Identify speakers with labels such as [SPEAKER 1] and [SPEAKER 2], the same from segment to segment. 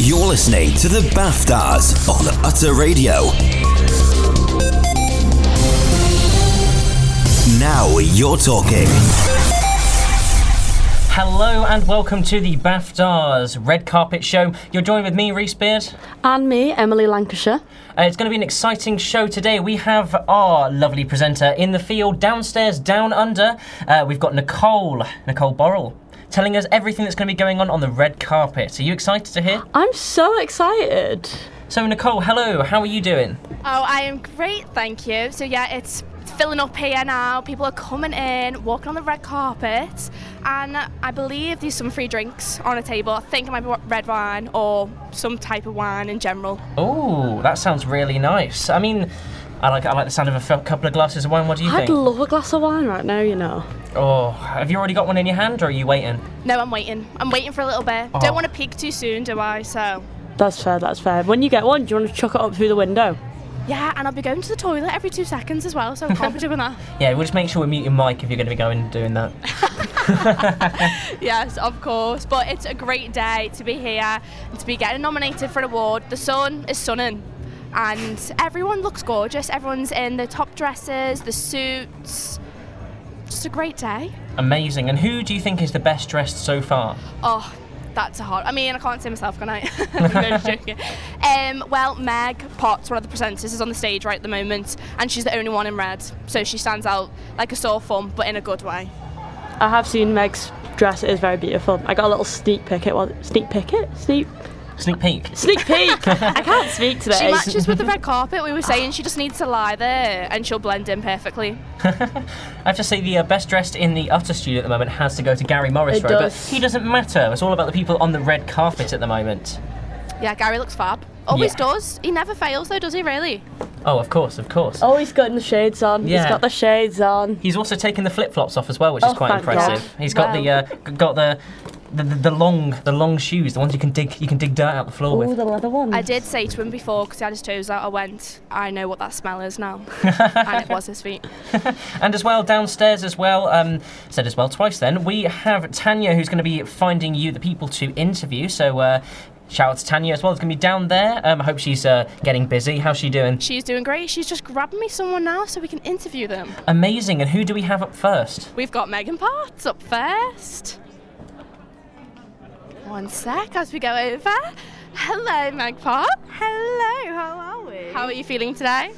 [SPEAKER 1] You're listening to the BAFTAs on Utter Radio. Now you're talking.
[SPEAKER 2] Hello and welcome to the BAFTAs Red Carpet Show. You're joined with me, Reese Beard.
[SPEAKER 3] And me, Emily Lancashire.
[SPEAKER 2] Uh, it's going to be an exciting show today. We have our lovely presenter in the field, downstairs, down under. Uh, we've got Nicole, Nicole Borrell, telling us everything that's going to be going on on the red carpet. Are you excited to hear?
[SPEAKER 3] I'm so excited.
[SPEAKER 2] So, Nicole, hello. How are you doing?
[SPEAKER 4] Oh, I am great, thank you. So yeah, it's filling up here now. People are coming in, walking on the red carpet, and I believe there's some free drinks on a table. I think it might be red wine or some type of wine in general.
[SPEAKER 2] Oh, that sounds really nice. I mean, I like I like the sound of a f- couple of glasses of wine. What do you
[SPEAKER 3] I'd
[SPEAKER 2] think?
[SPEAKER 3] love a glass of wine right now, you know.
[SPEAKER 2] oh, have you already got one in your hand, or are you waiting?
[SPEAKER 4] No, I'm waiting. I'm waiting for a little bit.
[SPEAKER 2] Oh.
[SPEAKER 4] Don't want to peek too soon, do I? So
[SPEAKER 3] That's fair, that's fair. When you get one, do you want to chuck it up through the window?
[SPEAKER 4] yeah, and I'll be going to the toilet every two seconds as well. So I can't be doing that.
[SPEAKER 2] Yeah, we'll just make sure we mute your mic if you're going to be going and doing that.
[SPEAKER 4] Yes, of course. But it's a great day to be here and to be getting nominated for an award. The sun is sunning. And everyone looks gorgeous. Everyone's in the top dresses, the suits. Just a great day.
[SPEAKER 2] Amazing. And who do you think is the best dressed so far?
[SPEAKER 4] Oh, that's a hard. I mean, I can't say myself, can I? I'm just joking. Um, well, Meg Potts, one of the presenters, is on the stage right at the moment, and she's the only one in red, so she stands out like a sore thumb, but in a good way.
[SPEAKER 3] I have seen Meg's dress, it is very beautiful. I got a little sneak peek. It was sneak peek it? Sneak
[SPEAKER 2] Sneak peek.
[SPEAKER 3] sneak peek! I can't speak today.
[SPEAKER 4] She matches with the red carpet. We were saying she just needs to lie there, and she'll blend in perfectly.
[SPEAKER 2] I have to say, the uh, best dressed in the Utter studio at the moment has to go to Gary Morris,
[SPEAKER 3] It
[SPEAKER 2] right?
[SPEAKER 3] does.
[SPEAKER 2] But he doesn't matter. It's all about the people on the red carpet at the moment.
[SPEAKER 4] Yeah, Gary looks fab. Always
[SPEAKER 2] Yeah.
[SPEAKER 4] does. He never fails though, does he really?
[SPEAKER 2] Oh, of course, of course.
[SPEAKER 3] Oh, he's got the shades on.
[SPEAKER 2] Yeah.
[SPEAKER 3] He's got the shades on.
[SPEAKER 2] He's also taken the flip flops off as well, which is
[SPEAKER 3] Oh,
[SPEAKER 2] quite
[SPEAKER 3] thank
[SPEAKER 2] impressive.
[SPEAKER 3] God.
[SPEAKER 2] He's got the uh, g- got the, the the the long the long shoes, the ones you can dig you can dig dirt out the floor Oh, with.
[SPEAKER 3] the leather one.
[SPEAKER 4] I did say to him before, because he had his toes out, I went, I know what that smell is now. and it was his feet.
[SPEAKER 2] And as well, downstairs as well, um, said as well twice then, we have Tanya who's going to be finding you the people to interview. So uh, shout out to Tanya as well. It's going to be down there. Um, I hope she's uh, getting busy. How's she doing?
[SPEAKER 4] She's doing great. She's just grabbing me someone now so we can interview them.
[SPEAKER 2] Amazing. And who do we have up first?
[SPEAKER 4] We've got Megan Potts up first. One sec as we go over. Hello, Meg Potts.
[SPEAKER 5] Hello, how are we?
[SPEAKER 4] How are you feeling today?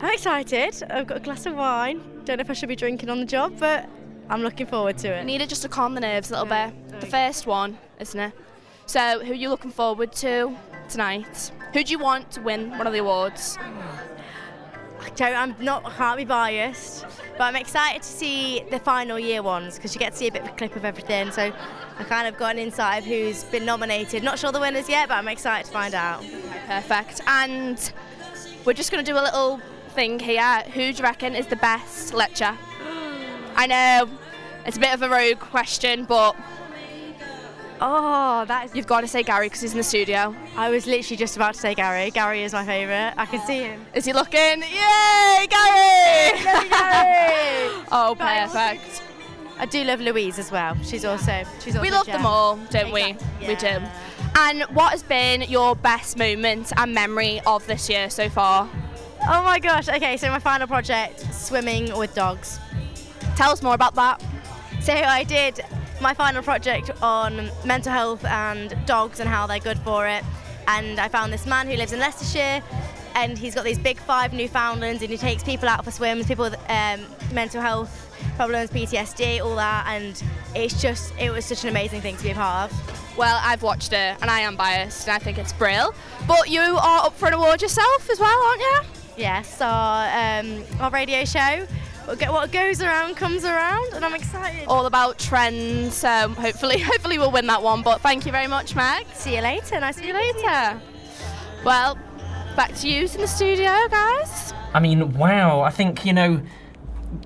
[SPEAKER 5] I'm excited. I've got a glass of wine. Don't know if I should be drinking on the job, but I'm looking forward to
[SPEAKER 4] I
[SPEAKER 5] it. Mm.
[SPEAKER 4] need it just to calm the nerves a little
[SPEAKER 5] Okay,
[SPEAKER 4] bit. The
[SPEAKER 5] okay.
[SPEAKER 4] first one, isn't it? So, who are you looking forward to tonight? Who do you want to win one of the awards?
[SPEAKER 5] I don't, I'm not, I can't be biased, but I'm excited to see the final year ones because you get to see a bit of a clip of everything. So I kind of got an insight of who's been nominated. Not sure the winners yet, but I'm excited to find out.
[SPEAKER 4] Perfect. And we're just going to do a little thing here. Who do you reckon is the best lecturer? I know it's a bit of a rogue question, but
[SPEAKER 5] Oh, that is.
[SPEAKER 4] you've got to say Gary because he's in the studio.
[SPEAKER 5] I was literally just about to say Gary. Gary is my favourite. I can see him.
[SPEAKER 4] Is he looking? Yay, Gary! oh,
[SPEAKER 5] But I also-
[SPEAKER 4] perfect.
[SPEAKER 5] I do love Louise as well. She's also. She's also.
[SPEAKER 4] We love
[SPEAKER 5] Jen.
[SPEAKER 4] them all, don't we?
[SPEAKER 5] Exactly.
[SPEAKER 4] We do.
[SPEAKER 5] Yeah.
[SPEAKER 4] And what has been your best moment and memory of this year so far?
[SPEAKER 5] Oh my gosh. Okay, so my final project, swimming with dogs.
[SPEAKER 4] Tell us more about that.
[SPEAKER 5] So I did my final project on mental health and dogs and how they're good for it. And I found this man who lives in Leicestershire and he's got these big five Newfoundlands and he takes people out for swims, people with um, mental health problems, PTSD, all that. And it's just, it was such an amazing thing to be a part of.
[SPEAKER 4] Well, I've watched it and I am biased and I think it's brill. But you are up for an award yourself as well, aren't you?
[SPEAKER 5] Yes, our, um, our radio show. What go- What goes around comes around and I'm excited.
[SPEAKER 4] All about trends. Um, hopefully, hopefully we'll win that one. But thank you very much, Meg.
[SPEAKER 5] See you later. Nice
[SPEAKER 4] See you later. Well, back to you in the studio, guys.
[SPEAKER 2] I mean, wow. I think you know,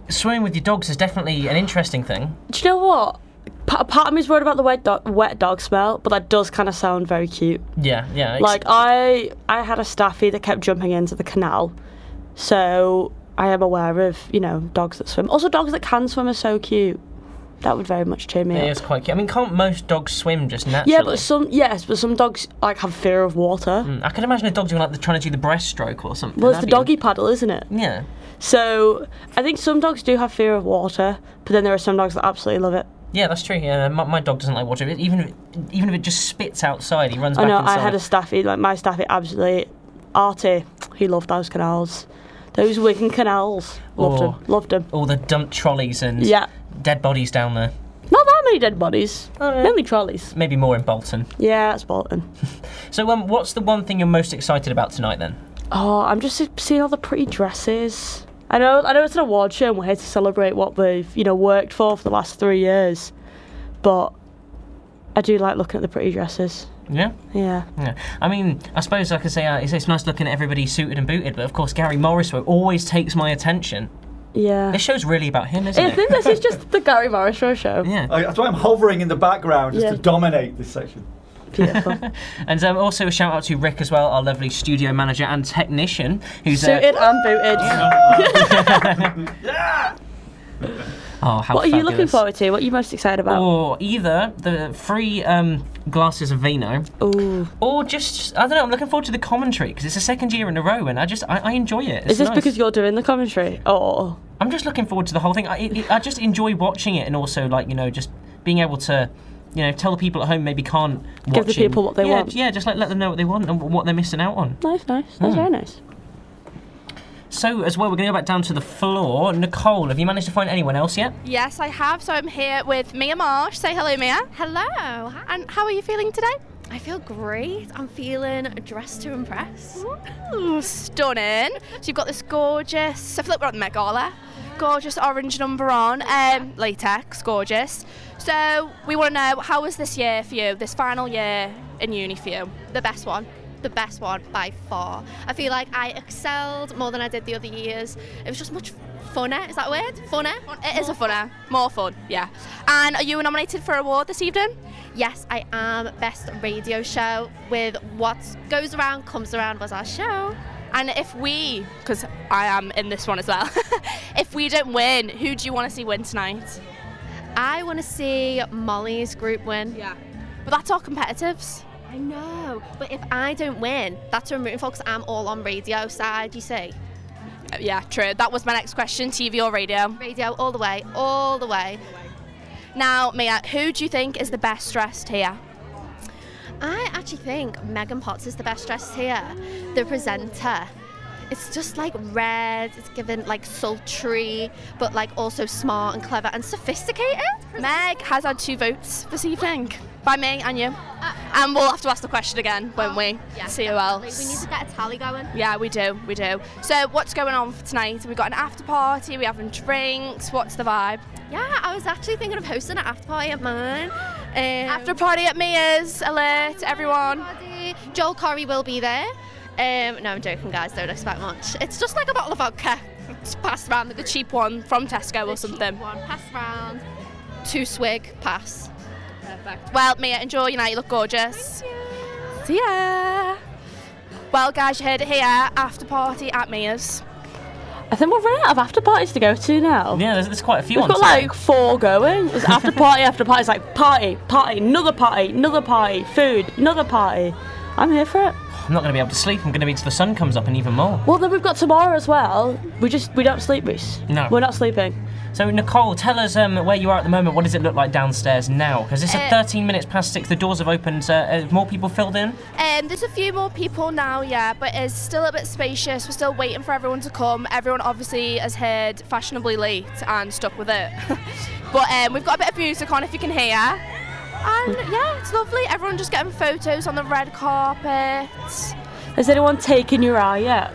[SPEAKER 2] swimming with your dogs is definitely an interesting thing.
[SPEAKER 3] Do you know what? Pa- part of me's worried about the wet, do- wet dog smell, but that does kind of sound very cute.
[SPEAKER 2] Yeah, yeah. it's-
[SPEAKER 3] Like uh, I, I had a staffy that kept jumping into the canal, so I am aware of you know dogs that swim. Also, dogs that can swim are so cute. that would very much cheer me
[SPEAKER 2] It
[SPEAKER 3] up.
[SPEAKER 2] is quite cute. I mean, can't most dogs swim just naturally? Hmm,
[SPEAKER 3] Yeah, but some yes, but some dogs like have fear of water.
[SPEAKER 2] I can imagine a dog doing like the, trying to do the breaststroke or something.
[SPEAKER 3] Well, it's the
[SPEAKER 2] That'd
[SPEAKER 3] doggy paddle, isn't it?
[SPEAKER 2] be- Yeah.
[SPEAKER 3] So I think some dogs do have fear of water, but then there are some dogs that absolutely love it.
[SPEAKER 2] Yeah, that's true. Yeah, my, my dog doesn't like water. If it- Even if it, even if it just spits outside, he runs
[SPEAKER 3] I
[SPEAKER 2] back
[SPEAKER 3] know
[SPEAKER 2] inside.
[SPEAKER 3] I had a staffy like my staffy absolutely Artie. He loved those canals, those Wigan canals. Loved
[SPEAKER 2] Oh.
[SPEAKER 3] them, loved them.
[SPEAKER 2] All the dump trolleys and
[SPEAKER 3] Yeah,
[SPEAKER 2] dead bodies down there.
[SPEAKER 3] not that many dead bodies,
[SPEAKER 2] Oh,
[SPEAKER 3] mainly trolleys.
[SPEAKER 2] Maybe more in Bolton.
[SPEAKER 3] Yeah, that's Bolton.
[SPEAKER 2] So, um, what's the one thing you're most excited about tonight then?
[SPEAKER 3] Oh, I'm just seeing all the pretty dresses. I know, I know it's an award show, and we're here to celebrate what we've, you know, worked for for the last three years. But I do like looking at the pretty dresses.
[SPEAKER 2] Yeah.
[SPEAKER 3] Yeah,
[SPEAKER 2] Yeah. I mean, I suppose I could say uh, it's, it's nice looking at everybody suited and booted, but of course Gary Morris always takes my attention.
[SPEAKER 3] yeah.
[SPEAKER 2] This show's really about him, isn't
[SPEAKER 3] I
[SPEAKER 2] it?
[SPEAKER 3] think this is just the Gary Morris Row show.
[SPEAKER 2] Yeah.
[SPEAKER 6] I, that's why I'm hovering in the background just
[SPEAKER 3] Yeah.
[SPEAKER 6] to dominate this section.
[SPEAKER 3] Beautiful.
[SPEAKER 2] And um, also a shout out to Rick as well, our lovely studio manager and technician, who's uh,
[SPEAKER 3] Suited and booted.
[SPEAKER 2] oh how
[SPEAKER 3] What are you looking
[SPEAKER 2] fabulous. Oh,
[SPEAKER 3] forward to? What are you most excited about?
[SPEAKER 2] Or either the free um, glasses of vino,
[SPEAKER 3] Ooh.
[SPEAKER 2] or just I don't know. I'm looking forward to the commentary because it's the second year in a row, and I just I, I enjoy it. It's
[SPEAKER 3] Is this
[SPEAKER 2] nice.
[SPEAKER 3] because you're doing the commentary? Oh.
[SPEAKER 2] I'm just looking forward to the whole thing. I, it, I just enjoy watching it, and also like you know just being able to. You know, tell the people at home maybe can't watch
[SPEAKER 3] the
[SPEAKER 2] it.
[SPEAKER 3] people what they
[SPEAKER 2] yeah,
[SPEAKER 3] want.
[SPEAKER 2] Yeah, just like let them know what they want and what they're missing out on.
[SPEAKER 3] Nice, nice.
[SPEAKER 2] Hmm.
[SPEAKER 3] That's very nice.
[SPEAKER 2] So as well, we're going to go back down to the floor. Nicole, have you managed to find anyone else yet?
[SPEAKER 4] Yes, I have. So I'm here with Mia Marsh. Say hello, Mia.
[SPEAKER 7] Hello. Hi.
[SPEAKER 4] And how are you feeling today?
[SPEAKER 7] I feel great. I'm feeling dressed to impress.
[SPEAKER 4] Ooh, stunning. So you've got this gorgeous, I feel like we're at the Met Gala, gorgeous orange number on, um, latex, gorgeous. So we want to know, how was this year for you, this final year in uni for you?
[SPEAKER 7] The best one. The best one by far. I feel like I excelled more than I did the other years. It was just much funner. Is that a word? Funner?
[SPEAKER 4] It is a funner, more fun, yeah. And are you nominated for an award this evening?
[SPEAKER 7] Yes, I am best radio show with what goes around comes around was our show.
[SPEAKER 4] And if we, because I am in this one as well, if we don't win, who do you want to see win tonight?
[SPEAKER 7] I want to see Molly's group win.
[SPEAKER 4] Yeah. But that's our competitives.
[SPEAKER 7] I know, but if I don't win, that's who I'm rooting for 'cause I'm all on radio side, you see.
[SPEAKER 4] Uh, Yeah, true. That was my next question, TV or radio?
[SPEAKER 7] Radio all the way, all the way.
[SPEAKER 4] Now, Mia, who do you think is the best dressed here?
[SPEAKER 7] I actually think Megan Potts is the best dressed here, the presenter. It's just like red, it's given like sultry, but like also smart and clever and sophisticated.
[SPEAKER 4] Meg has had two votes this evening by me and you.
[SPEAKER 7] Uh,
[SPEAKER 4] And we'll have to ask the question again, won't we? See who else.
[SPEAKER 7] We need to get a tally going.
[SPEAKER 4] yeah, we do, we do. So, what's going on for tonight? We've got an after party, we're having drinks. What's the vibe?
[SPEAKER 7] Yeah, I was actually thinking of hosting an after party at mine. Um,
[SPEAKER 4] After party at Mia's, alert, everyone.
[SPEAKER 7] Everybody. Joel Corey will be there. Um, no, I'm joking, guys. Don't expect much. It's just like a bottle of vodka.
[SPEAKER 4] It's passed around the cheap one from Tesco or something.
[SPEAKER 7] One pass round, two swig pass. Perfect.
[SPEAKER 4] Well, Mia, enjoy your night. You look gorgeous. See ya. Well, guys, you heard it here. After party at Mia's.
[SPEAKER 3] I think we're running out of after parties to go to now.
[SPEAKER 2] Yeah, there's, there's quite a few
[SPEAKER 3] We've
[SPEAKER 2] on
[SPEAKER 3] got
[SPEAKER 2] tonight.
[SPEAKER 3] like four going. It's after party after party. It's like party, party, another party, another party, food, another party. I'm here for it.
[SPEAKER 2] I'm not going to be able to sleep. I'm going to be till the sun comes up and even more.
[SPEAKER 3] Well, then we've got tomorrow as well. We just we don't sleep, Reese.
[SPEAKER 2] No.
[SPEAKER 3] we're not sleeping.
[SPEAKER 2] So Nicole, tell us um, where you are at the moment. What does it look like downstairs now? Because it's
[SPEAKER 4] Uh,
[SPEAKER 2] at 13 minutes past six. The doors have opened. Uh, uh, more people filled in.
[SPEAKER 4] Um, there's a few more people now, yeah, but it's still a bit spacious. We're still waiting for everyone to come. Everyone obviously has heard fashionably late and stuck with it. but um, we've got a bit of music on if you can hear. And yeah, it's lovely. Everyone just getting photos on the red carpet.
[SPEAKER 3] Has anyone taken your eye yet?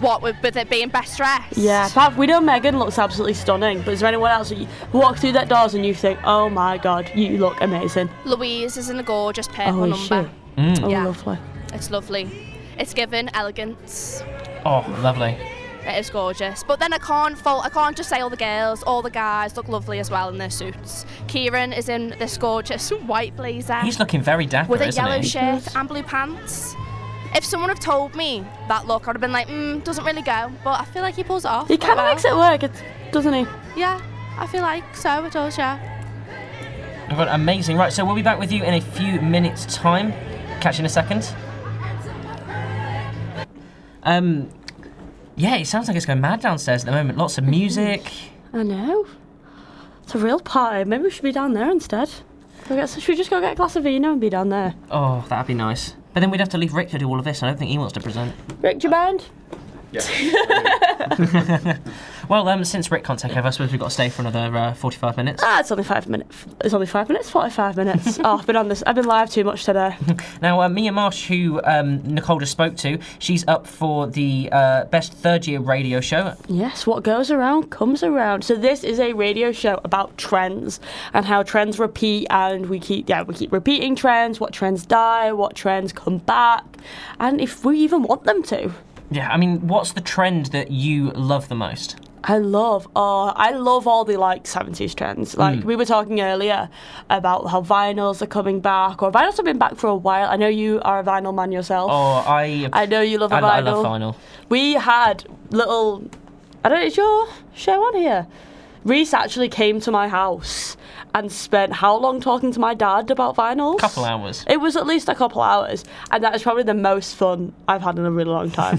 [SPEAKER 4] What with, with it being best dressed?
[SPEAKER 3] Yeah, apart, we know Megan looks absolutely stunning, but is there anyone else that you walk through that doors and you think, oh my god, you look amazing?
[SPEAKER 4] Louise is in a gorgeous purple
[SPEAKER 3] oh
[SPEAKER 4] number.
[SPEAKER 3] shit.
[SPEAKER 2] Mm.
[SPEAKER 3] Oh,
[SPEAKER 4] Yeah.
[SPEAKER 3] lovely.
[SPEAKER 4] It's lovely. It's given elegance.
[SPEAKER 2] Oh, lovely.
[SPEAKER 4] It is gorgeous. But then I can't fault. I can't just say all the girls, all the guys look lovely as well in their suits. Kieran is in this gorgeous white blazer
[SPEAKER 2] He's looking very dapper,
[SPEAKER 4] with a
[SPEAKER 2] isn't
[SPEAKER 4] yellow
[SPEAKER 2] he?
[SPEAKER 4] shirt and blue pants. If someone had told me that look, I'd have been like, mm, doesn't really go. But I feel like he pulls it off.
[SPEAKER 3] He
[SPEAKER 4] quite
[SPEAKER 3] kind of
[SPEAKER 4] well.
[SPEAKER 3] makes it work, it's, doesn't he?
[SPEAKER 4] Yeah, I feel like so. It does, yeah.
[SPEAKER 2] But amazing. Right, so we'll be back with you in a few minutes' time. Catch you in a second. Um, yeah, it sounds like it's going mad downstairs at the moment. Lots of music.
[SPEAKER 3] I know. It's a real party. Maybe we should be down there instead. Go get- should we just go get a glass of vino and be down there?
[SPEAKER 2] Oh, that'd be nice. But then we'd have to leave Rick to do all of this. I don't think he wants to present.
[SPEAKER 3] Rick, do you mind?
[SPEAKER 2] Well, um, since Rick can't take over, I suppose we've got to stay for another uh, 45 minutes.
[SPEAKER 3] Ah, it's only five minutes. It's only five minutes. Forty-five minutes. oh, I've been on this. I've been live too much today.
[SPEAKER 2] Now, uh, Mia Marsh, who um, Nicole just spoke to, she's up for the uh, best third year radio show.
[SPEAKER 3] Yes, what goes around comes around. So this is a radio show about trends and how trends repeat, and we keep yeah we keep repeating trends. What trends die? What trends come back? And if we even want them to.
[SPEAKER 2] Yeah, I mean, what's the trend that you love the most?
[SPEAKER 3] I love, oh, I love all the like 70s trends.
[SPEAKER 2] Hmm.
[SPEAKER 3] Like we were talking earlier about how vinyls are coming back, or vinyls have been back for a while. I know you are a vinyl man yourself.
[SPEAKER 2] Oh, I.
[SPEAKER 3] I know you love a
[SPEAKER 2] I,
[SPEAKER 3] vinyl.
[SPEAKER 2] I love vinyl.
[SPEAKER 3] We had little. I don't know, is your show on here? Reese actually came to my house and spent how long talking to my dad about vinyls?
[SPEAKER 2] Couple hours.
[SPEAKER 3] It was at least a couple hours, and that is probably the most fun I've had in a really long time.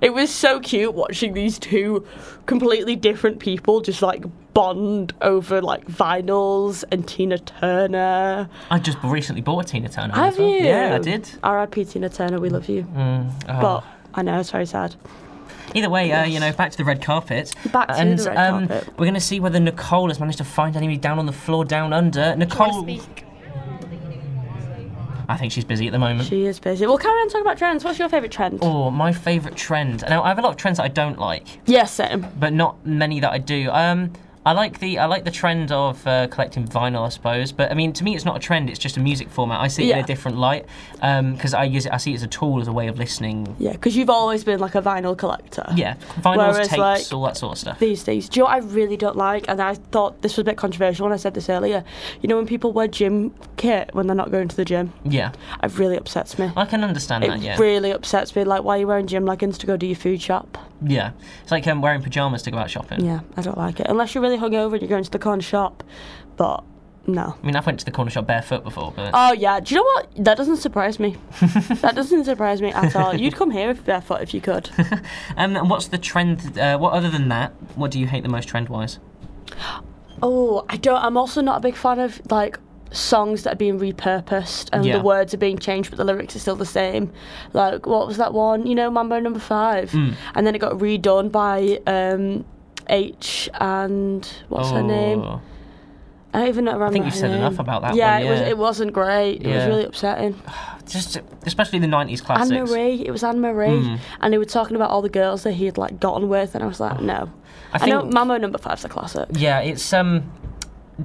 [SPEAKER 3] it was so cute watching these two completely different people just like bond over like vinyls and Tina Turner.
[SPEAKER 2] I just recently bought a Tina Turner. one
[SPEAKER 3] Have
[SPEAKER 2] as well.
[SPEAKER 3] you?
[SPEAKER 2] Yeah, I did.
[SPEAKER 3] R.I.P. Tina Turner, we love you.
[SPEAKER 2] Oh.
[SPEAKER 3] But I know it's very sad.
[SPEAKER 2] Either way, uh, you know, back to the red carpet.
[SPEAKER 3] Back to the
[SPEAKER 2] and,
[SPEAKER 3] red
[SPEAKER 2] um,
[SPEAKER 3] carpet.
[SPEAKER 2] We're going to see whether Nicole has managed to find anybody down on the floor down under. Nicole.
[SPEAKER 4] Speak.
[SPEAKER 2] I think she's busy at the moment.
[SPEAKER 3] She is busy. We'll carry on talking about trends. What's your favourite trend?
[SPEAKER 2] Oh, my favourite trend. Now, I have a lot of trends that I don't like,
[SPEAKER 3] Yes, same.
[SPEAKER 2] but not many that I do. Um, I like the I like the trend of uh, collecting vinyl, I suppose. But I mean, to me, it's not a trend. It's just a music format. I see it in
[SPEAKER 3] Yeah.
[SPEAKER 2] a different light because I use it. I see it as a tool, as a way of listening.
[SPEAKER 3] Yeah, because you've always been like a vinyl collector.
[SPEAKER 2] Yeah, vinyls,
[SPEAKER 3] Whereas,
[SPEAKER 2] tapes,
[SPEAKER 3] like-
[SPEAKER 2] all that sort of stuff.
[SPEAKER 3] These days, do you know what I really don't like? And I thought this was a bit controversial when I said this earlier. You know, when people wear gym kit when they're not going to the gym,
[SPEAKER 2] yeah,
[SPEAKER 3] it really upsets me.
[SPEAKER 2] I can understand
[SPEAKER 3] It
[SPEAKER 2] that. uh, Yeah,
[SPEAKER 3] really upsets me. Like, why are you wearing gym leggings to go do your food shop?
[SPEAKER 2] yeah. It's like um, wearing pajamas to go out shopping.
[SPEAKER 3] Yeah, I don't like it. Unless you're really hungover and you're going to the corner shop. But no.
[SPEAKER 2] I mean, I've went to the corner shop barefoot before, but
[SPEAKER 3] Oh yeah, do you know what? That doesn't surprise me. that doesn't surprise me at all. You'd come here if barefoot if you could.
[SPEAKER 2] um, and what's the trend? Uh, what other than that? What do you hate the most trend-wise?
[SPEAKER 3] Oh, I don't. I'm also not a big fan of like songs that are being repurposed and
[SPEAKER 2] Yeah.
[SPEAKER 3] the words are being changed, but the lyrics are still the same. Like, what was that one? You know, Mambo Number Five,
[SPEAKER 2] Hmm.
[SPEAKER 3] and then it got redone by um, H and what's her name?
[SPEAKER 2] Oh.
[SPEAKER 3] I don't even know. I
[SPEAKER 2] think you've said enough about that
[SPEAKER 3] Yeah,
[SPEAKER 2] one,
[SPEAKER 3] it was.
[SPEAKER 2] yeah.
[SPEAKER 3] It wasn't great. It was
[SPEAKER 2] Yeah.
[SPEAKER 3] really upsetting.
[SPEAKER 2] Just especially the '90s classics. Hmm.
[SPEAKER 3] Anne Marie, it was Anne Marie, and they were talking about all the girls that he had like gotten with, and I was like, no. I, know
[SPEAKER 2] Oh. think-
[SPEAKER 3] Mambo Number Five's a classic.
[SPEAKER 2] Yeah, it's um,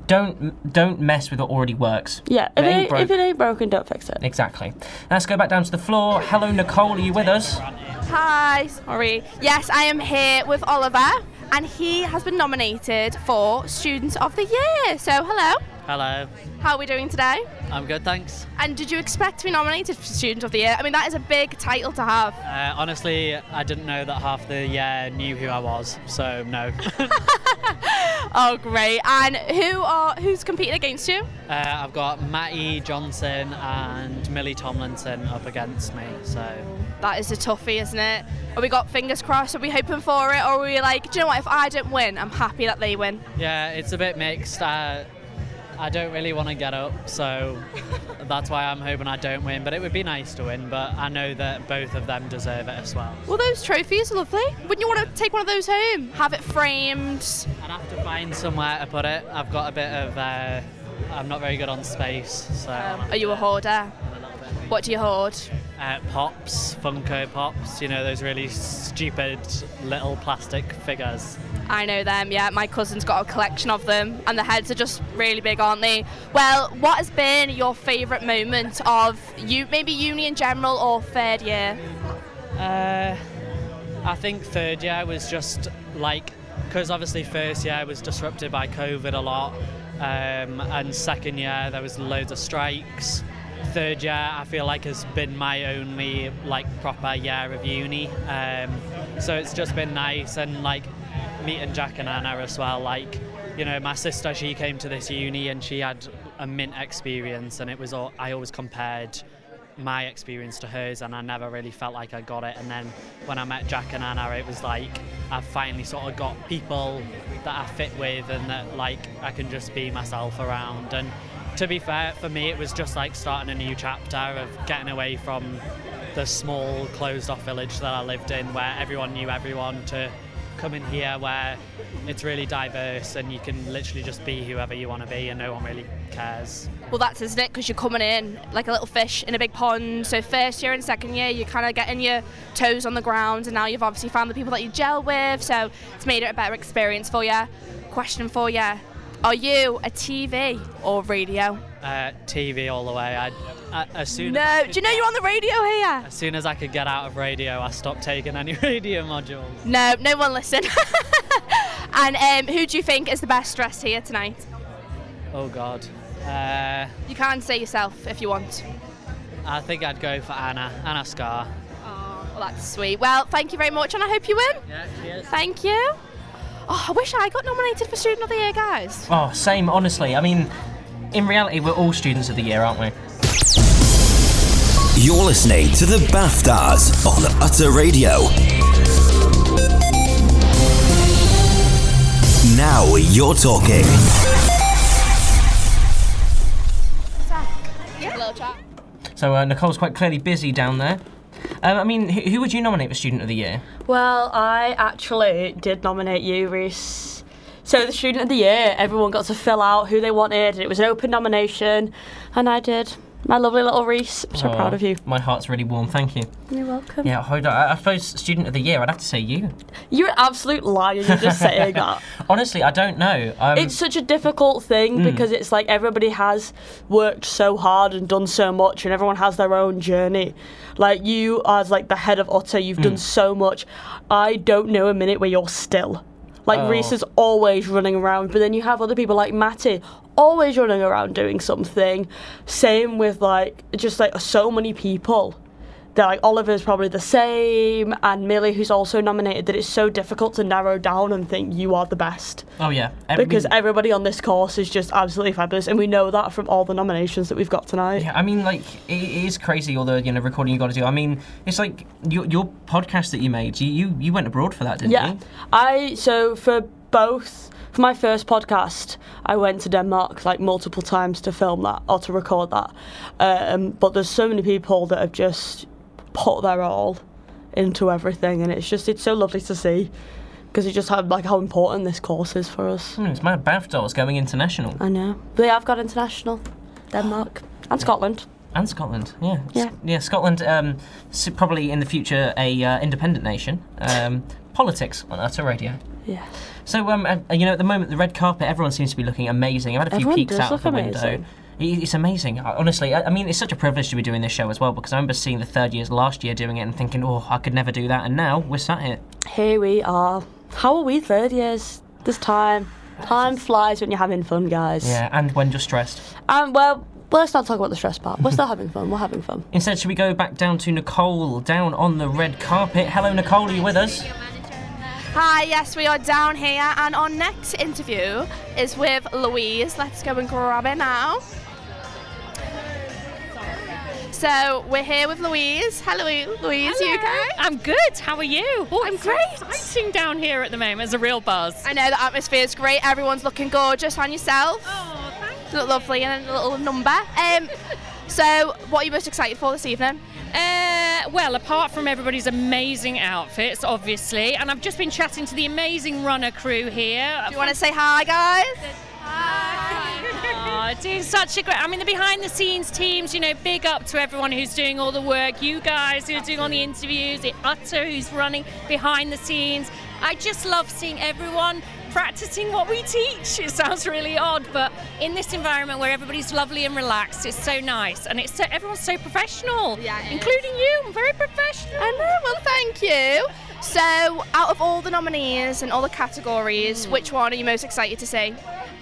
[SPEAKER 2] don't don't mess with what already works.
[SPEAKER 3] Yeah,
[SPEAKER 2] It
[SPEAKER 3] if it,
[SPEAKER 2] ain't
[SPEAKER 3] ain't, if
[SPEAKER 2] broke.
[SPEAKER 3] it ain't broken, don't fix it.
[SPEAKER 2] Exactly. Let's go back down to the floor. Hello, Nicole. Are you with us?
[SPEAKER 4] Hi, sorry. Yes, I am here with Oliver, and he has been nominated for Student of the Year. So, hello.
[SPEAKER 8] Hello,
[SPEAKER 4] How are we doing today?
[SPEAKER 8] I'm good, thanks.
[SPEAKER 4] And did you expect to be nominated for Student of the Year? I mean, that is a big title to have.
[SPEAKER 8] Uh, honestly, I didn't know that half the year knew who I was, so no. uh,
[SPEAKER 4] Oh, great. And who are who's competing against you?
[SPEAKER 8] Uh, I've got Matty Johnson and Millie Tomlinson up against me, so
[SPEAKER 4] That is a toughie, isn't it? Have we got fingers crossed? Are we hoping for it? Or are we like, do you know what? If I don't win, I'm happy that they win.
[SPEAKER 8] yeah, it's a bit mixed. Uh, I don't really want to get up, so that's why I'm hoping I don't win. But it would be nice to win, but I know that both of them deserve it as well.
[SPEAKER 4] Well, those trophies are lovely. Wouldn't you want to take one of those home? Have it framed?
[SPEAKER 8] I'd have to find somewhere to put it. I've got a bit of. Uh, I'm not very good on space, so.
[SPEAKER 4] Um, Are you a hoarder? What do you hoard?
[SPEAKER 8] uh, pops, Funko Pops, you know, those really stupid little plastic figures.
[SPEAKER 4] I know them, yeah. My cousin's got a collection of them, and the heads are just really big, aren't they? Well, what has been your favourite moment of you, maybe uni in general or third year?
[SPEAKER 8] Uh, I think third year was just like, because obviously first year was disrupted by COVID a lot, um, and second year there was loads of strikes. Third year, I feel like has been my only like proper year of uni, um, so it's just been nice and like meeting Jack and Anna as well. Like, you know, my sister she came to this uni and she had a mint experience, and it was all I always compared my experience to hers, and I never really felt like I got it. And then when I met Jack and Anna, it was like I finally sort of got people that I fit with, and that like I can just be myself around. And to be fair, for me, it was just like starting a new chapter of getting away from the small closed-off village that I lived in, where everyone knew everyone, to coming here where it's really diverse and you can literally just be whoever you want to be and no one really cares.
[SPEAKER 4] Well, that's isn't it? Because you're coming in like a little fish in a big pond. So first year and second year, you're kind of getting your toes on the ground, and now you've obviously found the people that you gel with. So it's made it a better experience for you. Question for you: Are you a TV or radio?
[SPEAKER 8] Uh, TV all the way. I, I, as soon as I
[SPEAKER 4] No.
[SPEAKER 8] could
[SPEAKER 4] Do you know you're on the radio here?
[SPEAKER 8] As soon as I could get out of radio, I stopped taking any radio modules.
[SPEAKER 4] No. No one listen. and um, who do you think is the best dressed here tonight?
[SPEAKER 8] Oh God. Uh,
[SPEAKER 4] You can say yourself if you want.
[SPEAKER 8] I think I'd go for Anna. Anna Scar.
[SPEAKER 4] Well, Oh, that's sweet. Well, thank you very much, and I hope you win.
[SPEAKER 8] Yeah, cheers.
[SPEAKER 4] Thank you. Oh, I wish I got nominated for Student of the Year, guys.
[SPEAKER 2] Oh, same, honestly. I mean, in reality, we're all students of the year, aren't we?
[SPEAKER 1] You're listening to the BAFTAs on Utter Radio. Now you're talking.
[SPEAKER 4] Little chat.
[SPEAKER 2] So uh, Nicole's quite clearly busy down there. Um, I mean, who, who would you nominate for student of the year?
[SPEAKER 3] Well, I actually did nominate you, Reese. So the student of the year, everyone got to fill out who they wanted, and it was an open nomination, and I did. My lovely little Reese, I'm so
[SPEAKER 2] Oh,
[SPEAKER 3] proud of you.
[SPEAKER 2] My heart's really warm. Thank you.
[SPEAKER 3] You're welcome.
[SPEAKER 2] Yeah, hold on. I, I suppose student of the year. I'd have to say you.
[SPEAKER 3] You're an absolute liar. You're just saying that.
[SPEAKER 2] Honestly, I don't know. Um,
[SPEAKER 3] It's such a difficult thing because it's like everybody has worked so hard and done so much, and everyone has their own journey. Like you, as like the head of Otter, you've done so much. I don't know a minute where you're still. Like
[SPEAKER 2] Oh.
[SPEAKER 3] Reese is always running around, but then you have other people like Matty always running around doing something. Same with like just like so many people. They're like Oliver's probably the same, and Millie, who's also nominated, that it's so difficult to narrow down and think you are the best
[SPEAKER 2] oh yeah. I mean-
[SPEAKER 3] because everybody on this course is just absolutely fabulous, and we know that from all the nominations that we've got tonight.
[SPEAKER 2] Yeah, I mean, like it it is crazy all the you know recording you got to do. I mean, it's like your, your podcast that you made. You, you you went abroad for that, didn't
[SPEAKER 3] Yeah,
[SPEAKER 2] you?
[SPEAKER 3] I so for both for my first podcast, I went to Denmark like multiple times to film that or to record that. Um, but there's so many people that have just put their all into everything, and it's just it's so lovely to see because it just had like how important this course is for us.
[SPEAKER 2] Hmm, It's my BAFTAs going international
[SPEAKER 3] I know they have got international, Denmark and Scotland.
[SPEAKER 2] and Scotland. Yeah, S-
[SPEAKER 3] Yeah.
[SPEAKER 2] yeah. Scotland um, s- probably in the future a uh, independent nation. Um, politics on Utter Radio.
[SPEAKER 3] Yeah.
[SPEAKER 2] So, um, uh, you know, at the moment, the red carpet, everyone seems to be looking amazing. I've had a few
[SPEAKER 3] Everyone
[SPEAKER 2] peeks
[SPEAKER 3] does
[SPEAKER 2] out of
[SPEAKER 3] look
[SPEAKER 2] the
[SPEAKER 3] amazing.
[SPEAKER 2] window. It- It's amazing, I- honestly. I I mean, it's such a privilege to be doing this show as well because I remember seeing the third years last year doing it and thinking, oh, I could never do that. And now we're sat here.
[SPEAKER 3] Here we are. How are we third years this time? Time flies when you're having fun, guys.
[SPEAKER 2] Yeah, and when just stressed.
[SPEAKER 3] Um, well, let's not talk about the stress part. We're still having fun. We're having fun.
[SPEAKER 2] Instead, should we go back down to Nicole down on the red carpet? Hello, Nicole, are you with us?
[SPEAKER 4] Hi, yes, we are down here, and our next interview is with Louise. Let's go and grab her now. So we're here with Louise. Hello, Louise. You okay?
[SPEAKER 9] I'm good. How are you? Oh, I'm
[SPEAKER 4] great.
[SPEAKER 9] Exciting down here at the moment. It's a real buzz.
[SPEAKER 4] I know the atmosphere is great. Everyone's looking gorgeous. And yourself,
[SPEAKER 9] Oh, thank
[SPEAKER 4] look lovely, and a little number. Um, so what are you most excited for this evening?
[SPEAKER 9] Uh, well, apart from everybody's amazing outfits, obviously, and I've just been chatting to the amazing runner crew here.
[SPEAKER 4] Do you want to say hi, guys?
[SPEAKER 9] Aw, doing such a great. I mean, the behind the scenes teams, you know, big up to everyone who's doing all the work. You guys who are doing all the interviews, it Utter who's running behind the scenes. I just love seeing everyone practicing what we teach. It sounds really odd, but in this environment where everybody's lovely and relaxed, it's so nice, and it's so everyone's so professional,
[SPEAKER 4] Yeah, it is.
[SPEAKER 9] including you. I'm very professional.
[SPEAKER 4] I know. Well, thank you.
[SPEAKER 9] Hmm.
[SPEAKER 4] So, out of all the nominees and all the categories, which one are you most excited to see?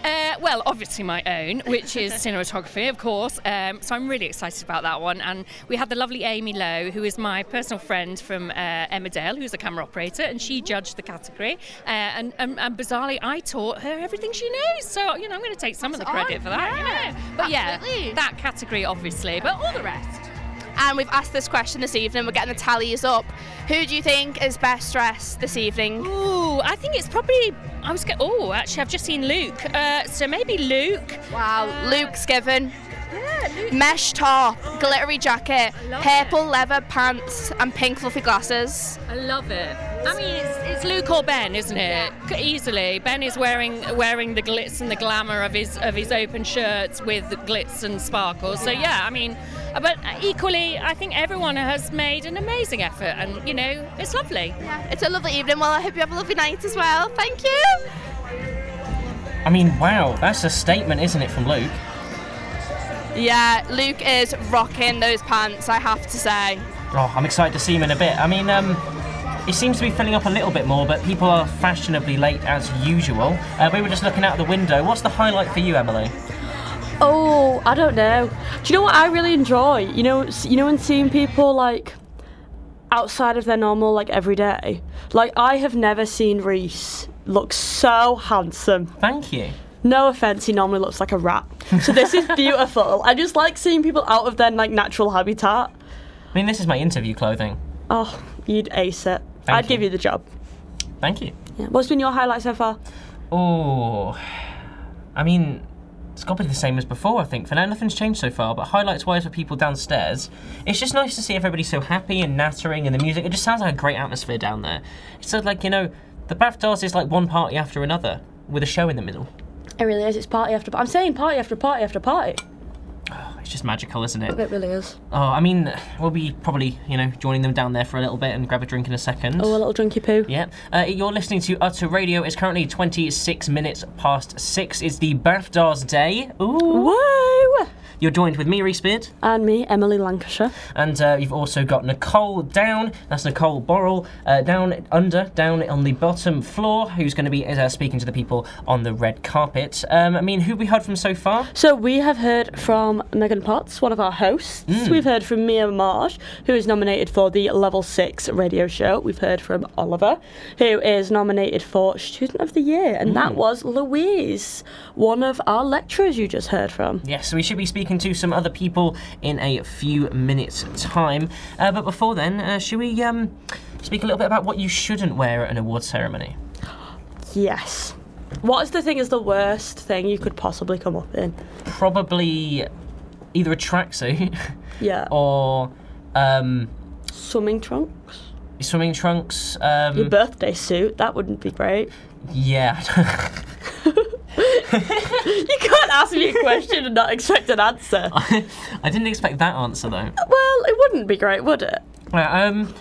[SPEAKER 9] Uh, well, obviously my own, which is cinematography, of course. Um, so I'm really excited about that one. And we had the lovely Amy Lowe, who is my personal friend from uh, Emmerdale, who's a camera operator, and she judged the category. Uh, and, and, and bizarrely, I taught her everything she knows. So, you know, I'm going to take some of the
[SPEAKER 4] That's
[SPEAKER 9] credit
[SPEAKER 4] on,
[SPEAKER 9] for that.
[SPEAKER 4] yeah,
[SPEAKER 9] You know? But
[SPEAKER 4] absolutely.
[SPEAKER 9] yeah, that category, obviously, but all the rest.
[SPEAKER 4] And we've asked this question this evening. We're getting the tallies up. Who do you think is best dressed this evening?
[SPEAKER 9] Ooh, I think it's probably. I was. go- Oh, actually, I've just seen Luke. Uh, so maybe Luke.
[SPEAKER 4] Wow, Luke's given. Mesh top, glittery jacket,
[SPEAKER 9] love
[SPEAKER 4] purple leather pants, and pink fluffy glasses.
[SPEAKER 9] I love it. I mean, it's, it's Luke or Ben, isn't it? C- Easily, Ben is wearing wearing the glitz and the glamour of his of his open shirts with glitz and sparkles. So yeah, I mean, uh, but equally, I think everyone has made an amazing effort, and you know, it's lovely.
[SPEAKER 4] It's a lovely evening. Well, I hope you have a lovely night as well. Thank you.
[SPEAKER 2] I mean, wow, that's a statement, isn't it, from Luke?
[SPEAKER 4] Yeah, Luke is rocking those pants, I have to say.
[SPEAKER 2] Oh, I'm excited to see him in a bit. I mean, um, it seems to be filling up a little bit more, but people are fashionably late as usual. Uh, we were just looking out the window. What's the highlight for you, Emily?
[SPEAKER 3] Oh, I don't know. Do you know what I really enjoy? You know, s- you know, when seeing people like outside of their normal, like every day. Like I have never seen Reese look so handsome.
[SPEAKER 2] Thank you.
[SPEAKER 3] No offense, he normally looks like a rat. So this is beautiful. I just like seeing people out of their like natural habitat.
[SPEAKER 2] I mean, this is my interview clothing.
[SPEAKER 3] Oh, you'd ace it.
[SPEAKER 2] Thank
[SPEAKER 3] I'd
[SPEAKER 2] you.
[SPEAKER 3] give you the job.
[SPEAKER 2] Thank you.
[SPEAKER 3] Yeah. What's been your highlight so far?
[SPEAKER 2] Oh, I mean, it's got to be the same as before, I think. For now, nothing's changed so far, but highlights wise for people downstairs, it's just nice to see everybody so happy and nattering and the music. It just sounds like a great atmosphere down there. It's sort of like, you know, the BAFTAs is like one party after another with a show in the middle.
[SPEAKER 3] It really is. It's party after party. I'm saying party after party after party.
[SPEAKER 2] It's just magical, isn't it?
[SPEAKER 3] It really is.
[SPEAKER 2] Oh, I mean, we'll be probably, you know, joining them down there for a little bit and grab a drink in a second.
[SPEAKER 3] Oh, a little drunky poo.
[SPEAKER 2] Yeah. Uh, you're listening to Utter Radio. It's currently 26 minutes past six. It's the BAFTAs day. Ooh.
[SPEAKER 3] Woo!
[SPEAKER 2] You're joined with me, Reese Beard.
[SPEAKER 3] And me, Emily Lancashire.
[SPEAKER 2] And uh, you've also got Nicole down. That's Nicole Borrell uh, down under, down on the bottom floor, who's going to be uh, speaking to the people on the red carpet. Um, I mean, who have we heard from so far?
[SPEAKER 3] So we have heard from Megan Potts, one of our hosts.
[SPEAKER 2] Hmm.
[SPEAKER 3] We've heard from Mia Marsh, who is nominated for the Level 6 radio show. We've heard from Oliver, who is nominated for Student of the Year. And that
[SPEAKER 2] Hmm.
[SPEAKER 3] was Louise, one of our lecturers you just heard from.
[SPEAKER 2] Yes, we should be speaking to some other people in a few minutes' time. Uh, but before then, uh, should we um, speak a little bit about what you shouldn't wear at an award ceremony?
[SPEAKER 3] Yes. What is the thing is the worst thing you could possibly come up in?
[SPEAKER 2] Probably either a tracksuit
[SPEAKER 3] Yeah.
[SPEAKER 2] or um,
[SPEAKER 3] Swimming trunks?
[SPEAKER 2] swimming trunks. Um,
[SPEAKER 3] Your birthday suit? That wouldn't be great.
[SPEAKER 2] yeah.
[SPEAKER 3] You can't ask me a question and not expect an answer.
[SPEAKER 2] I didn't expect that answer though.
[SPEAKER 3] Well, it wouldn't be great, would it?
[SPEAKER 2] Right, um,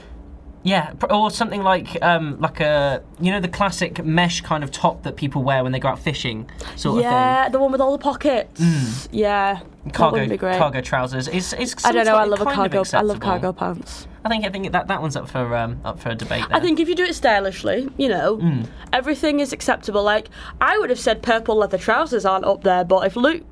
[SPEAKER 2] yeah, pr- or something like um, like a you know the classic mesh kind of top that people wear when they go out fishing, sort
[SPEAKER 3] yeah,
[SPEAKER 2] of
[SPEAKER 3] the one with all the pockets. Yeah,
[SPEAKER 2] thing.
[SPEAKER 3] that wouldn't be
[SPEAKER 2] Cargo
[SPEAKER 3] great.
[SPEAKER 2] cargo trousers. It's it's.
[SPEAKER 3] I don't know. I
[SPEAKER 2] sometimes
[SPEAKER 3] love a
[SPEAKER 2] kind of
[SPEAKER 3] cargo. I love
[SPEAKER 2] acceptable.
[SPEAKER 3] cargo pants.
[SPEAKER 2] I think I think that that one's up for um, up for a debate. Mm. There.
[SPEAKER 3] I think if you do it stylishly, you know,
[SPEAKER 2] Hmm.
[SPEAKER 3] everything is acceptable. Like I would have said, purple leather trousers aren't up there, but if Luke,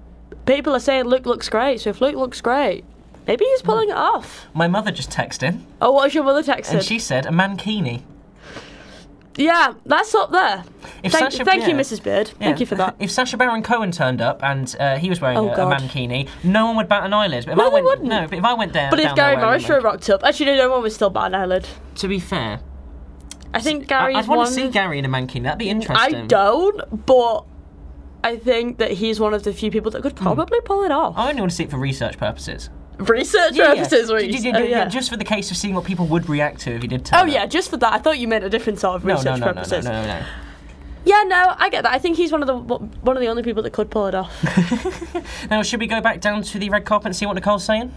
[SPEAKER 3] people are saying Luke looks great, so if Luke looks great, maybe he's
[SPEAKER 2] Hmm.
[SPEAKER 3] pulling it off.
[SPEAKER 2] my mother just texted in
[SPEAKER 3] Oh, what is your mother texting?
[SPEAKER 2] and she said a mankini.
[SPEAKER 3] yeah, that's up there.
[SPEAKER 2] If
[SPEAKER 3] Thank,
[SPEAKER 2] Sacha-
[SPEAKER 3] thank you,
[SPEAKER 2] yeah.
[SPEAKER 3] Mrs. Beard. Thank
[SPEAKER 2] Yeah.
[SPEAKER 3] you for that.
[SPEAKER 2] If Sacha Baron Cohen turned up and uh, he was wearing
[SPEAKER 3] Oh,
[SPEAKER 2] a, a
[SPEAKER 3] God.
[SPEAKER 2] mankini, no one would bat an eyelid. But if
[SPEAKER 3] No,
[SPEAKER 2] I
[SPEAKER 3] they
[SPEAKER 2] went,
[SPEAKER 3] wouldn't.
[SPEAKER 2] No, but if I went down,
[SPEAKER 3] But if
[SPEAKER 2] down there
[SPEAKER 3] Gary
[SPEAKER 2] wearing a
[SPEAKER 3] Morrishow
[SPEAKER 2] mank-
[SPEAKER 3] rocked up, actually, no, no one was still bat an eyelid.
[SPEAKER 2] to be fair,
[SPEAKER 3] I think
[SPEAKER 2] I-
[SPEAKER 3] Gary's
[SPEAKER 2] I'd want
[SPEAKER 3] one.
[SPEAKER 2] to see Gary in a mankini. That'd be
[SPEAKER 3] I
[SPEAKER 2] interesting.
[SPEAKER 3] don't, but I think that he's one of the few people that
[SPEAKER 2] Hmm.
[SPEAKER 3] could probably pull it off.
[SPEAKER 2] I only want to see it for research purposes.
[SPEAKER 3] Research purposes, what you
[SPEAKER 2] Ju- ju-
[SPEAKER 3] said,
[SPEAKER 2] ju-
[SPEAKER 3] yeah.
[SPEAKER 2] Just for the case of seeing what people would react to if you did turn
[SPEAKER 3] Oh yeah, just for that. I thought you meant a different sort of
[SPEAKER 2] No, no,
[SPEAKER 3] research
[SPEAKER 2] no, no, no,
[SPEAKER 3] purposes.
[SPEAKER 2] no, no.
[SPEAKER 3] Yeah, no, I get that. I think he's one of the one of the only people that could pull it off,
[SPEAKER 2] Now, should we go back down to the red carpet and see what Nicole's saying?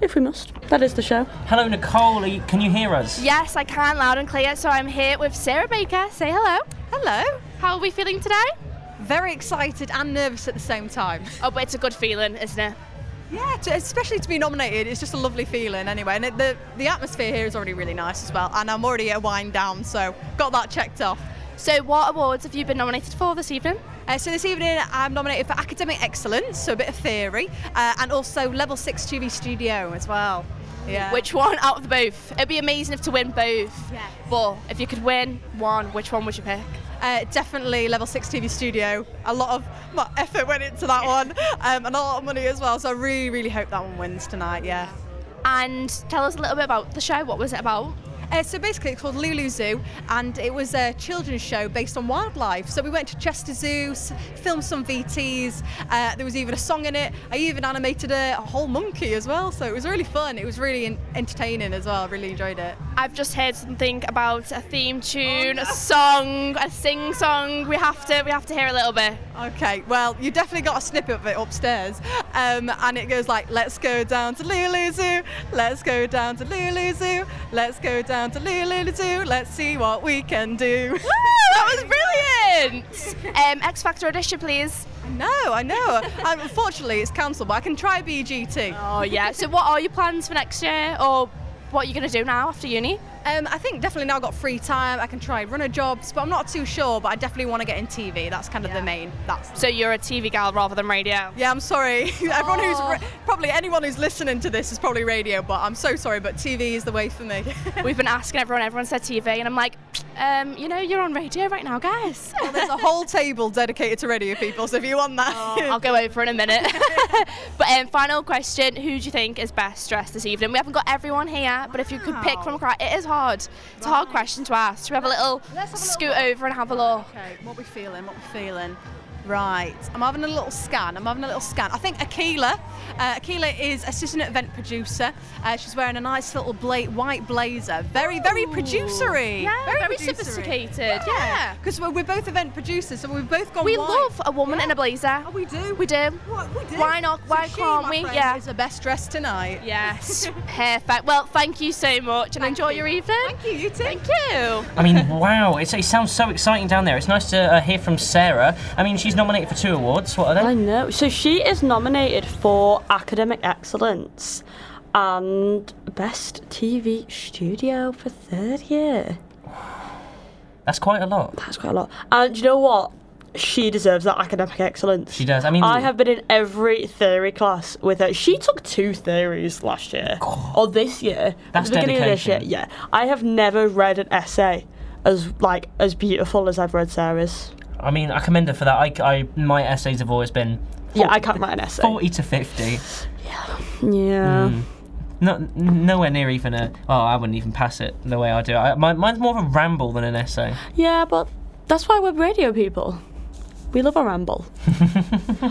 [SPEAKER 3] if we must. That is the show.
[SPEAKER 2] Hello, Nicole. Are you, can you hear us?
[SPEAKER 4] Yes, I can loud and clear. So I'm here with Sarah Baker. Say hello.
[SPEAKER 10] Hello.
[SPEAKER 4] How are we feeling today?
[SPEAKER 10] Very excited and nervous at the same time.
[SPEAKER 4] Oh, but it's a good feeling, isn't it?
[SPEAKER 10] Yeah, to, especially to be nominated, it's just a lovely feeling anyway. And it, the the atmosphere here is already really nice as well. And I'm already at wind down, so got that checked off.
[SPEAKER 4] So, what awards have you been nominated for this evening?
[SPEAKER 10] Uh, so this evening I'm nominated for academic excellence, so a bit of theory, uh, and also level six TV studio as well. Yeah.
[SPEAKER 4] Which one out of the both? It'd be amazing if to win both.
[SPEAKER 10] Yes.
[SPEAKER 4] But if you could win one, which one would you pick?
[SPEAKER 10] Uh, definitely level six TV studio. A lot of well, effort went into that one, um, and a lot of money as well. So I really, really hope that one wins tonight. Yeah.
[SPEAKER 4] And tell us a little bit about the show. What was it about?
[SPEAKER 10] Uh, so basically, it's called Lulu Zoo, and it was a children's show based on wildlife. So we went to Chester Zoo, s- filmed some VTs. Uh, there was even a song in it. I even animated a, a whole monkey as well. So it was really fun. It was really en- entertaining as well. I really enjoyed it.
[SPEAKER 4] I've just heard something about a theme tune, a song, a sing song. We have to, we have to hear a little bit.
[SPEAKER 10] Okay, well, you definitely got a snippet of it upstairs, um, and it goes like, "Let's go down to Lulu Zoo, let's go down to Lulu Zoo, let's go down to Lulu Zoo, let's see what we can do."
[SPEAKER 4] that was brilliant. Um, X Factor audition, please.
[SPEAKER 10] No, I know. Um, Unfortunately, it's cancelled, but I can try BGT.
[SPEAKER 4] Oh yeah. So what are your plans for next year, or what are you going to do now after uni?
[SPEAKER 10] Um, I think definitely now I've got free time. I can try runner jobs, but I'm not too sure. But I definitely want to get in TV. That's kind of the main. That's.
[SPEAKER 4] So you're a TV gal rather than radio. Oh.
[SPEAKER 10] Yeah, I'm sorry. Everyone who's
[SPEAKER 4] Aw.
[SPEAKER 10] ra- probably anyone who's listening to this is probably radio, but I'm so sorry. But TV is the way for me.
[SPEAKER 4] We've been asking everyone. Everyone said TV, and I'm like, um, you know, you're on radio right now, guys.
[SPEAKER 10] Well, there's a whole table dedicated to radio people, so if you want that,
[SPEAKER 4] Oh, I'll go over in a minute. but um, final question: Who do you think is best dressed this evening? We haven't got everyone here, but if you could pick from a crowd, it is hard. It's a hard question to ask. Should we have a little scoot over and have a look?
[SPEAKER 10] Okay, what we feeling? What we feeling? Right, I'm having a little scan. I'm having a little scan. I think Akila. Uh, Akila is assistant event producer. Uh, she's wearing a nice little bla- white blazer. Very, very producery.
[SPEAKER 4] Yeah, very
[SPEAKER 10] producery.
[SPEAKER 4] sophisticated,
[SPEAKER 10] Yeah,
[SPEAKER 4] yeah.
[SPEAKER 10] because we're, we're both event producers, so we've both gone.
[SPEAKER 4] We
[SPEAKER 10] white.
[SPEAKER 4] love a woman in a blazer.
[SPEAKER 10] Oh, we do.
[SPEAKER 4] We do.
[SPEAKER 10] we do.
[SPEAKER 4] Why not?
[SPEAKER 10] So
[SPEAKER 4] Why
[SPEAKER 10] she,
[SPEAKER 4] can't
[SPEAKER 10] my
[SPEAKER 4] we?
[SPEAKER 10] friend,
[SPEAKER 4] Yeah.
[SPEAKER 10] Is the best dressed tonight.
[SPEAKER 4] Yes. Perfect. Well, thank you so much, and enjoy your evening. Thank
[SPEAKER 10] you. You too.
[SPEAKER 4] Thank you.
[SPEAKER 2] I mean, wow, it's, it sounds so exciting down there. It's nice to uh, hear from Sarah. I mean, she's nominated for two awards. What are they?
[SPEAKER 3] I know. So she is nominated for Academic Excellence and Best TV Studio for third year.
[SPEAKER 2] That's quite a lot.
[SPEAKER 3] That's quite a lot. And do you know what? She deserves that academic excellence.
[SPEAKER 2] She does. I mean,
[SPEAKER 3] I have been in every theory class with her. She took two theories last year, or this year, at
[SPEAKER 2] That's
[SPEAKER 3] the beginning of this
[SPEAKER 2] dedication.
[SPEAKER 3] year. Yeah, I have never read an essay as like as beautiful as I've read Sarah's.
[SPEAKER 2] I mean, I commend her for that. I, I my essays have always been
[SPEAKER 3] Yeah, I can't write an essay.
[SPEAKER 2] forty to fifty.
[SPEAKER 3] Yeah.
[SPEAKER 2] Hmm. Not n- nowhere near even a. Oh, I wouldn't even pass it the way I do. I, mine, mine's more of a ramble than an essay.
[SPEAKER 3] Yeah, but that's why we're radio people. We love a ramble.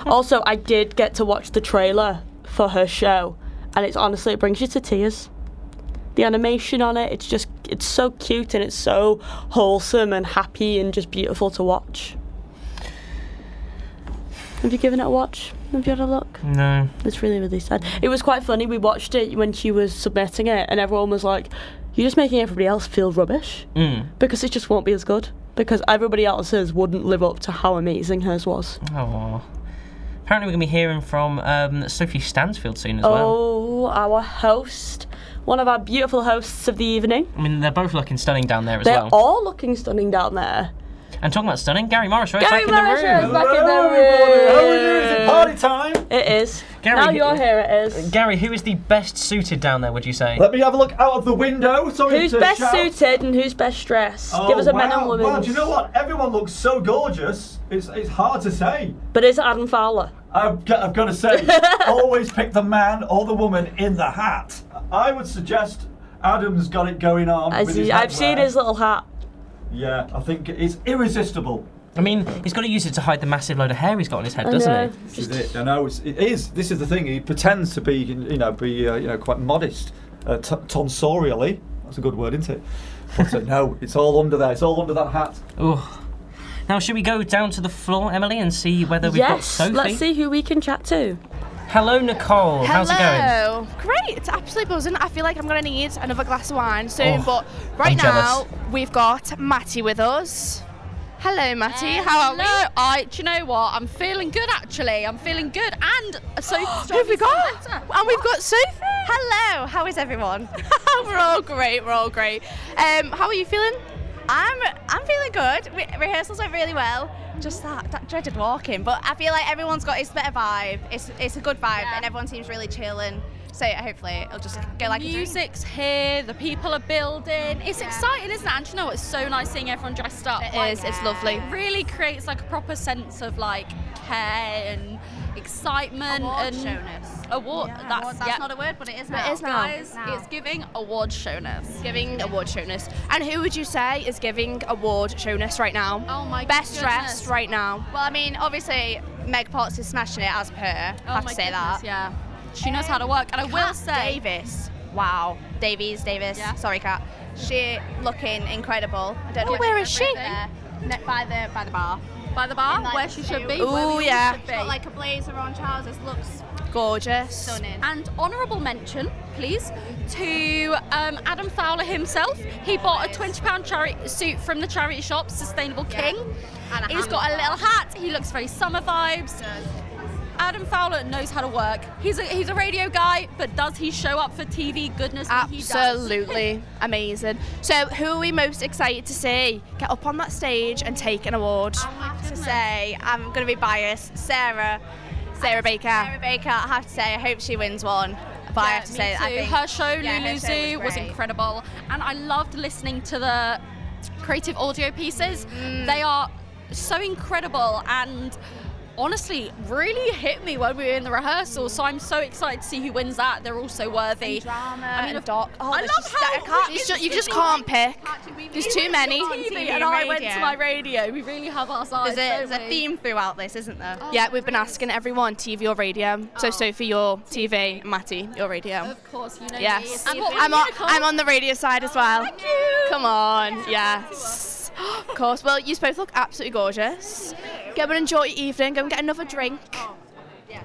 [SPEAKER 3] also, I did get to watch the trailer for her show, and it's honestly it brings you to tears. The animation on it, it's just it's so cute and it's so wholesome and happy and just beautiful to watch. Have you given it a watch? Have you had a look?
[SPEAKER 2] No.
[SPEAKER 3] It's really, really sad. It was quite funny. We watched it when she was submitting it, and everyone was like, You're just making everybody else feel rubbish
[SPEAKER 2] Mm.
[SPEAKER 3] because it just won't be as good because everybody else's wouldn't live up to how amazing hers was.
[SPEAKER 2] Oh. Apparently, we're going to be hearing from um, Sophie Stansfield soon Mm, as well.
[SPEAKER 3] Oh, our host, one of our beautiful hosts of the evening.
[SPEAKER 2] I mean, they're both looking stunning down there as
[SPEAKER 3] They're
[SPEAKER 2] well.
[SPEAKER 3] all looking stunning down there.
[SPEAKER 2] and talking about stunning, Gary Morris, right?
[SPEAKER 3] Gary
[SPEAKER 2] back
[SPEAKER 3] Morris
[SPEAKER 2] in the
[SPEAKER 3] is
[SPEAKER 2] room.
[SPEAKER 3] back in
[SPEAKER 6] Hello,
[SPEAKER 3] the
[SPEAKER 6] everybody. How are you?
[SPEAKER 3] room.
[SPEAKER 6] Is it party time?
[SPEAKER 3] It is.
[SPEAKER 2] Gary,
[SPEAKER 3] now
[SPEAKER 2] who-
[SPEAKER 3] you're here. It is.
[SPEAKER 2] Gary, who is the best suited down there? Would you say?
[SPEAKER 6] Let me have a look out of the window. Sorry
[SPEAKER 3] Who's
[SPEAKER 6] to
[SPEAKER 3] best
[SPEAKER 6] shout.
[SPEAKER 3] suited and who's best dressed?
[SPEAKER 6] Oh,
[SPEAKER 3] Give us a men and
[SPEAKER 6] wow,
[SPEAKER 3] women.
[SPEAKER 6] Wow, do you know what? Everyone looks so gorgeous. It's, it's hard to say.
[SPEAKER 3] But is it Adam Fowler?
[SPEAKER 6] I've, got- I've got to say, always pick the man or the woman in the hat. I would suggest Adam's got it going on.
[SPEAKER 3] I
[SPEAKER 6] with his
[SPEAKER 3] see, I've seen
[SPEAKER 6] headwear.
[SPEAKER 3] his little hat.
[SPEAKER 6] Yeah, I think it's irresistible.
[SPEAKER 2] I mean, he's got to use it to hide the massive load of hair he's got on his head,
[SPEAKER 3] I
[SPEAKER 2] doesn't
[SPEAKER 3] know.
[SPEAKER 2] he?
[SPEAKER 6] This is it. I know it's, it is. This is the thing. He pretends to be, you know, be uh, you know quite modest, uh, t- tonsorially. That's a good word, isn't it? But uh, no, it's all under there. It's all under that hat.
[SPEAKER 2] Oh. Now, should we go down to the floor, Emily, and see whether we've got
[SPEAKER 3] Yes,
[SPEAKER 2] Sophie?
[SPEAKER 3] let's see who we can chat to.
[SPEAKER 2] Hello, Nicole. How's it going?
[SPEAKER 4] Hello. Great. It's absolutely buzzing. I feel like I'm gonna need another glass of wine soon,
[SPEAKER 2] Oh,
[SPEAKER 4] but right
[SPEAKER 2] I'm
[SPEAKER 4] now
[SPEAKER 2] jealous.
[SPEAKER 4] we've got Matty with us. Hello, Matty. How are
[SPEAKER 11] Hello.
[SPEAKER 4] we?
[SPEAKER 11] I, do you know what? I'm feeling good actually. I'm feeling good and Sophie's
[SPEAKER 4] Who have we got?
[SPEAKER 11] better.
[SPEAKER 4] And we've got Sophie.
[SPEAKER 12] Hello, how is everyone?
[SPEAKER 4] we're all great. We're all great. Um, how are you feeling?
[SPEAKER 12] I'm I'm feeling good. Re- rehearsals went really well. just that, that dreaded walking. But I feel like everyone's got its better vibe. It's it's a good vibe, and everyone seems really chill. And so hopefully it'll just go like a dream.
[SPEAKER 11] Music's here, the people are building. It's exciting, isn't it? And do you know what? It's so nice seeing everyone dressed up. It is.
[SPEAKER 12] is, it's lovely.
[SPEAKER 11] really creates like a proper sense of like care and excitement
[SPEAKER 12] Award
[SPEAKER 11] and
[SPEAKER 12] showness.
[SPEAKER 11] Award.
[SPEAKER 12] Yeah,
[SPEAKER 11] that's
[SPEAKER 12] award- that's
[SPEAKER 11] yeah.
[SPEAKER 12] not a word, but it is
[SPEAKER 11] But
[SPEAKER 12] now.
[SPEAKER 11] It is now.
[SPEAKER 12] Guys, now.
[SPEAKER 11] It's giving award showness.
[SPEAKER 4] Giving award showness. And who would you say is giving award showness right now?
[SPEAKER 11] Oh my
[SPEAKER 4] Best
[SPEAKER 11] goodness.
[SPEAKER 4] dressed right now.
[SPEAKER 12] Well, I mean, obviously Meg Potts is smashing it as per. I
[SPEAKER 11] Oh
[SPEAKER 12] have
[SPEAKER 11] my
[SPEAKER 12] to say
[SPEAKER 11] goodness,
[SPEAKER 12] that.
[SPEAKER 11] Yeah. She knows how to work, and I will
[SPEAKER 12] Kat
[SPEAKER 11] say.
[SPEAKER 12] Davis. Wow. Davies, Davis.
[SPEAKER 11] Yeah.
[SPEAKER 12] Sorry, Cat. She looking incredible. I don't know
[SPEAKER 11] Oh,
[SPEAKER 12] if
[SPEAKER 11] where
[SPEAKER 12] you
[SPEAKER 11] is
[SPEAKER 12] remember
[SPEAKER 11] she?
[SPEAKER 12] it there. Ne- by the by the bar.
[SPEAKER 11] by the bar
[SPEAKER 12] In, like,
[SPEAKER 11] where she should be.
[SPEAKER 12] two-
[SPEAKER 11] where we all
[SPEAKER 12] Ooh, yeah.
[SPEAKER 11] should be.
[SPEAKER 12] She's got like a blazer on, trousers. Looks
[SPEAKER 4] Gorgeous.
[SPEAKER 12] stunning.
[SPEAKER 11] And honourable mention, please, to um, Adam Fowler himself. He bought a £20 charity suit from the charity shop, Sustainable King.
[SPEAKER 12] And a
[SPEAKER 11] He's got a
[SPEAKER 12] handbag.
[SPEAKER 11] little hat. He looks very summer vibes. Adam Fowler knows how to work. He's a, he's a radio guy, but does he show up for TV? Goodness me, he does.
[SPEAKER 4] Absolutely amazing. So, who are we most excited to see get up on that stage and take an award?
[SPEAKER 12] I have to say, I'm going to be biased. Sarah.
[SPEAKER 4] Sarah Baker.
[SPEAKER 12] Sarah Baker, I have to say, I hope she wins one. But I
[SPEAKER 11] Yeah,
[SPEAKER 12] have to
[SPEAKER 11] me
[SPEAKER 12] say, I
[SPEAKER 11] too.
[SPEAKER 12] think
[SPEAKER 11] her show
[SPEAKER 12] yeah, her
[SPEAKER 11] Lulu
[SPEAKER 12] show
[SPEAKER 11] Zoo was,
[SPEAKER 12] great.
[SPEAKER 11] incredible, and I loved listening to the creative audio pieces.
[SPEAKER 12] Mm.
[SPEAKER 11] They are so incredible and. Honestly, really hit me when we were in the rehearsal, so I'm so excited to see who wins that. They're all so worthy.
[SPEAKER 12] drama
[SPEAKER 11] I mean,
[SPEAKER 12] and
[SPEAKER 11] of-
[SPEAKER 12] doc. Oh,
[SPEAKER 11] I
[SPEAKER 12] there's
[SPEAKER 11] love
[SPEAKER 12] just- I
[SPEAKER 11] how
[SPEAKER 12] can't-
[SPEAKER 11] we-
[SPEAKER 12] it's
[SPEAKER 4] You just can't pick. There's too many.
[SPEAKER 11] TV, and I went to my radio. We really have our sides.
[SPEAKER 12] There's a,
[SPEAKER 11] don't
[SPEAKER 12] there's a
[SPEAKER 11] we?
[SPEAKER 12] theme throughout this, isn't there?
[SPEAKER 11] Oh,
[SPEAKER 4] Yeah, we've been asking everyone TV or radio.
[SPEAKER 12] Oh.
[SPEAKER 4] So, Sophie, your TV, Matty, your radio.
[SPEAKER 11] Of course, you know
[SPEAKER 4] Yes.
[SPEAKER 11] me. And what
[SPEAKER 4] I'm
[SPEAKER 11] were
[SPEAKER 4] on,
[SPEAKER 11] you
[SPEAKER 4] I'm on the radio side as well. Thank you. Come on, yes. Of course. Well, you both look absolutely gorgeous. Go and enjoy your evening. Go and get another drink.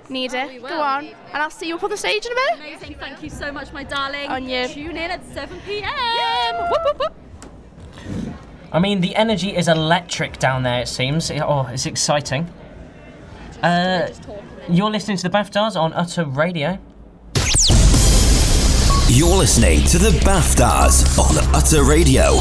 [SPEAKER 4] Need it. Go on. And I'll see you up on the stage in a minute.
[SPEAKER 11] Amazing. Thank you so much, my darling.
[SPEAKER 4] On you.
[SPEAKER 11] Tune in at 7 p.m.
[SPEAKER 2] I mean, the energy is electric down there, it seems. It- oh, it's exciting. Uh, you're listening to the BAFTAs on Utter Radio.
[SPEAKER 1] You're listening to the BAFTAs on Utter Radio.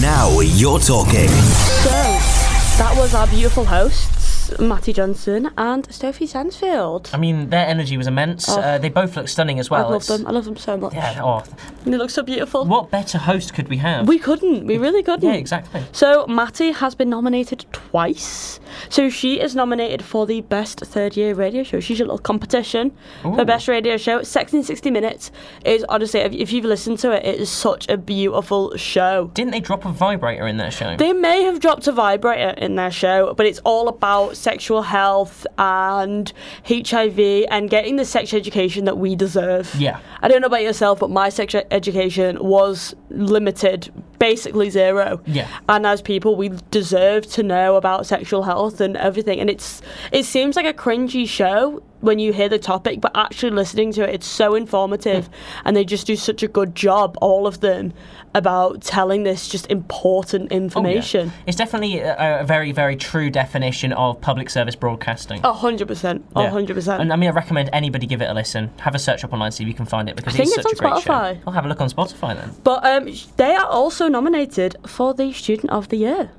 [SPEAKER 1] Now you're talking.
[SPEAKER 3] So that was our beautiful hosts, Matty Johnson and Sophie Sansfield.
[SPEAKER 2] I mean, their energy was immense.
[SPEAKER 3] Oh.
[SPEAKER 2] Uh, they both look stunning as well.
[SPEAKER 3] I love
[SPEAKER 2] It's-
[SPEAKER 3] them. I love them so much.
[SPEAKER 2] Yeah, oh,
[SPEAKER 3] They look so beautiful.
[SPEAKER 2] what better host could we have?
[SPEAKER 3] We couldn't. We really couldn't.
[SPEAKER 2] yeah, exactly.
[SPEAKER 3] So Matty has been nominated twice. So she is nominated for the best third year radio show. She's a little competition for best radio show. Sex in 60 Minutes is honestly, if, if you've listened to it, it is such a beautiful show.
[SPEAKER 2] Didn't they drop a vibrator in their show?
[SPEAKER 3] They may have dropped a vibrator in their show, but it's all about sexual health and HIV and getting the sex education that we deserve.
[SPEAKER 2] Yeah.
[SPEAKER 3] I don't know about yourself, but my sex ed- education was limited, basically zero.
[SPEAKER 2] Yeah.
[SPEAKER 3] And as people, we deserve to know about sexual health and everything. And it's it seems like a cringy show when you hear the topic, but actually listening to it, it's so informative,
[SPEAKER 2] Hmm.
[SPEAKER 3] and they just do such a good job, all of them, about telling this just important
[SPEAKER 2] Oh, yeah.
[SPEAKER 3] information.
[SPEAKER 2] It's definitely a, a very, very true definition of public service broadcasting.
[SPEAKER 3] A hundred percent,
[SPEAKER 2] Yeah.
[SPEAKER 3] a Oh,
[SPEAKER 2] And um,
[SPEAKER 3] hundred
[SPEAKER 2] I
[SPEAKER 3] percent.
[SPEAKER 2] mean, I recommend anybody give it a listen. Have a search up online, see if you can find it because
[SPEAKER 3] I think
[SPEAKER 2] it's
[SPEAKER 3] it's
[SPEAKER 2] such
[SPEAKER 3] on
[SPEAKER 2] a great
[SPEAKER 3] Spotify.
[SPEAKER 2] show. I'll have a look on Spotify then.
[SPEAKER 3] But um, sh- they are also nominated for the Student of the Year.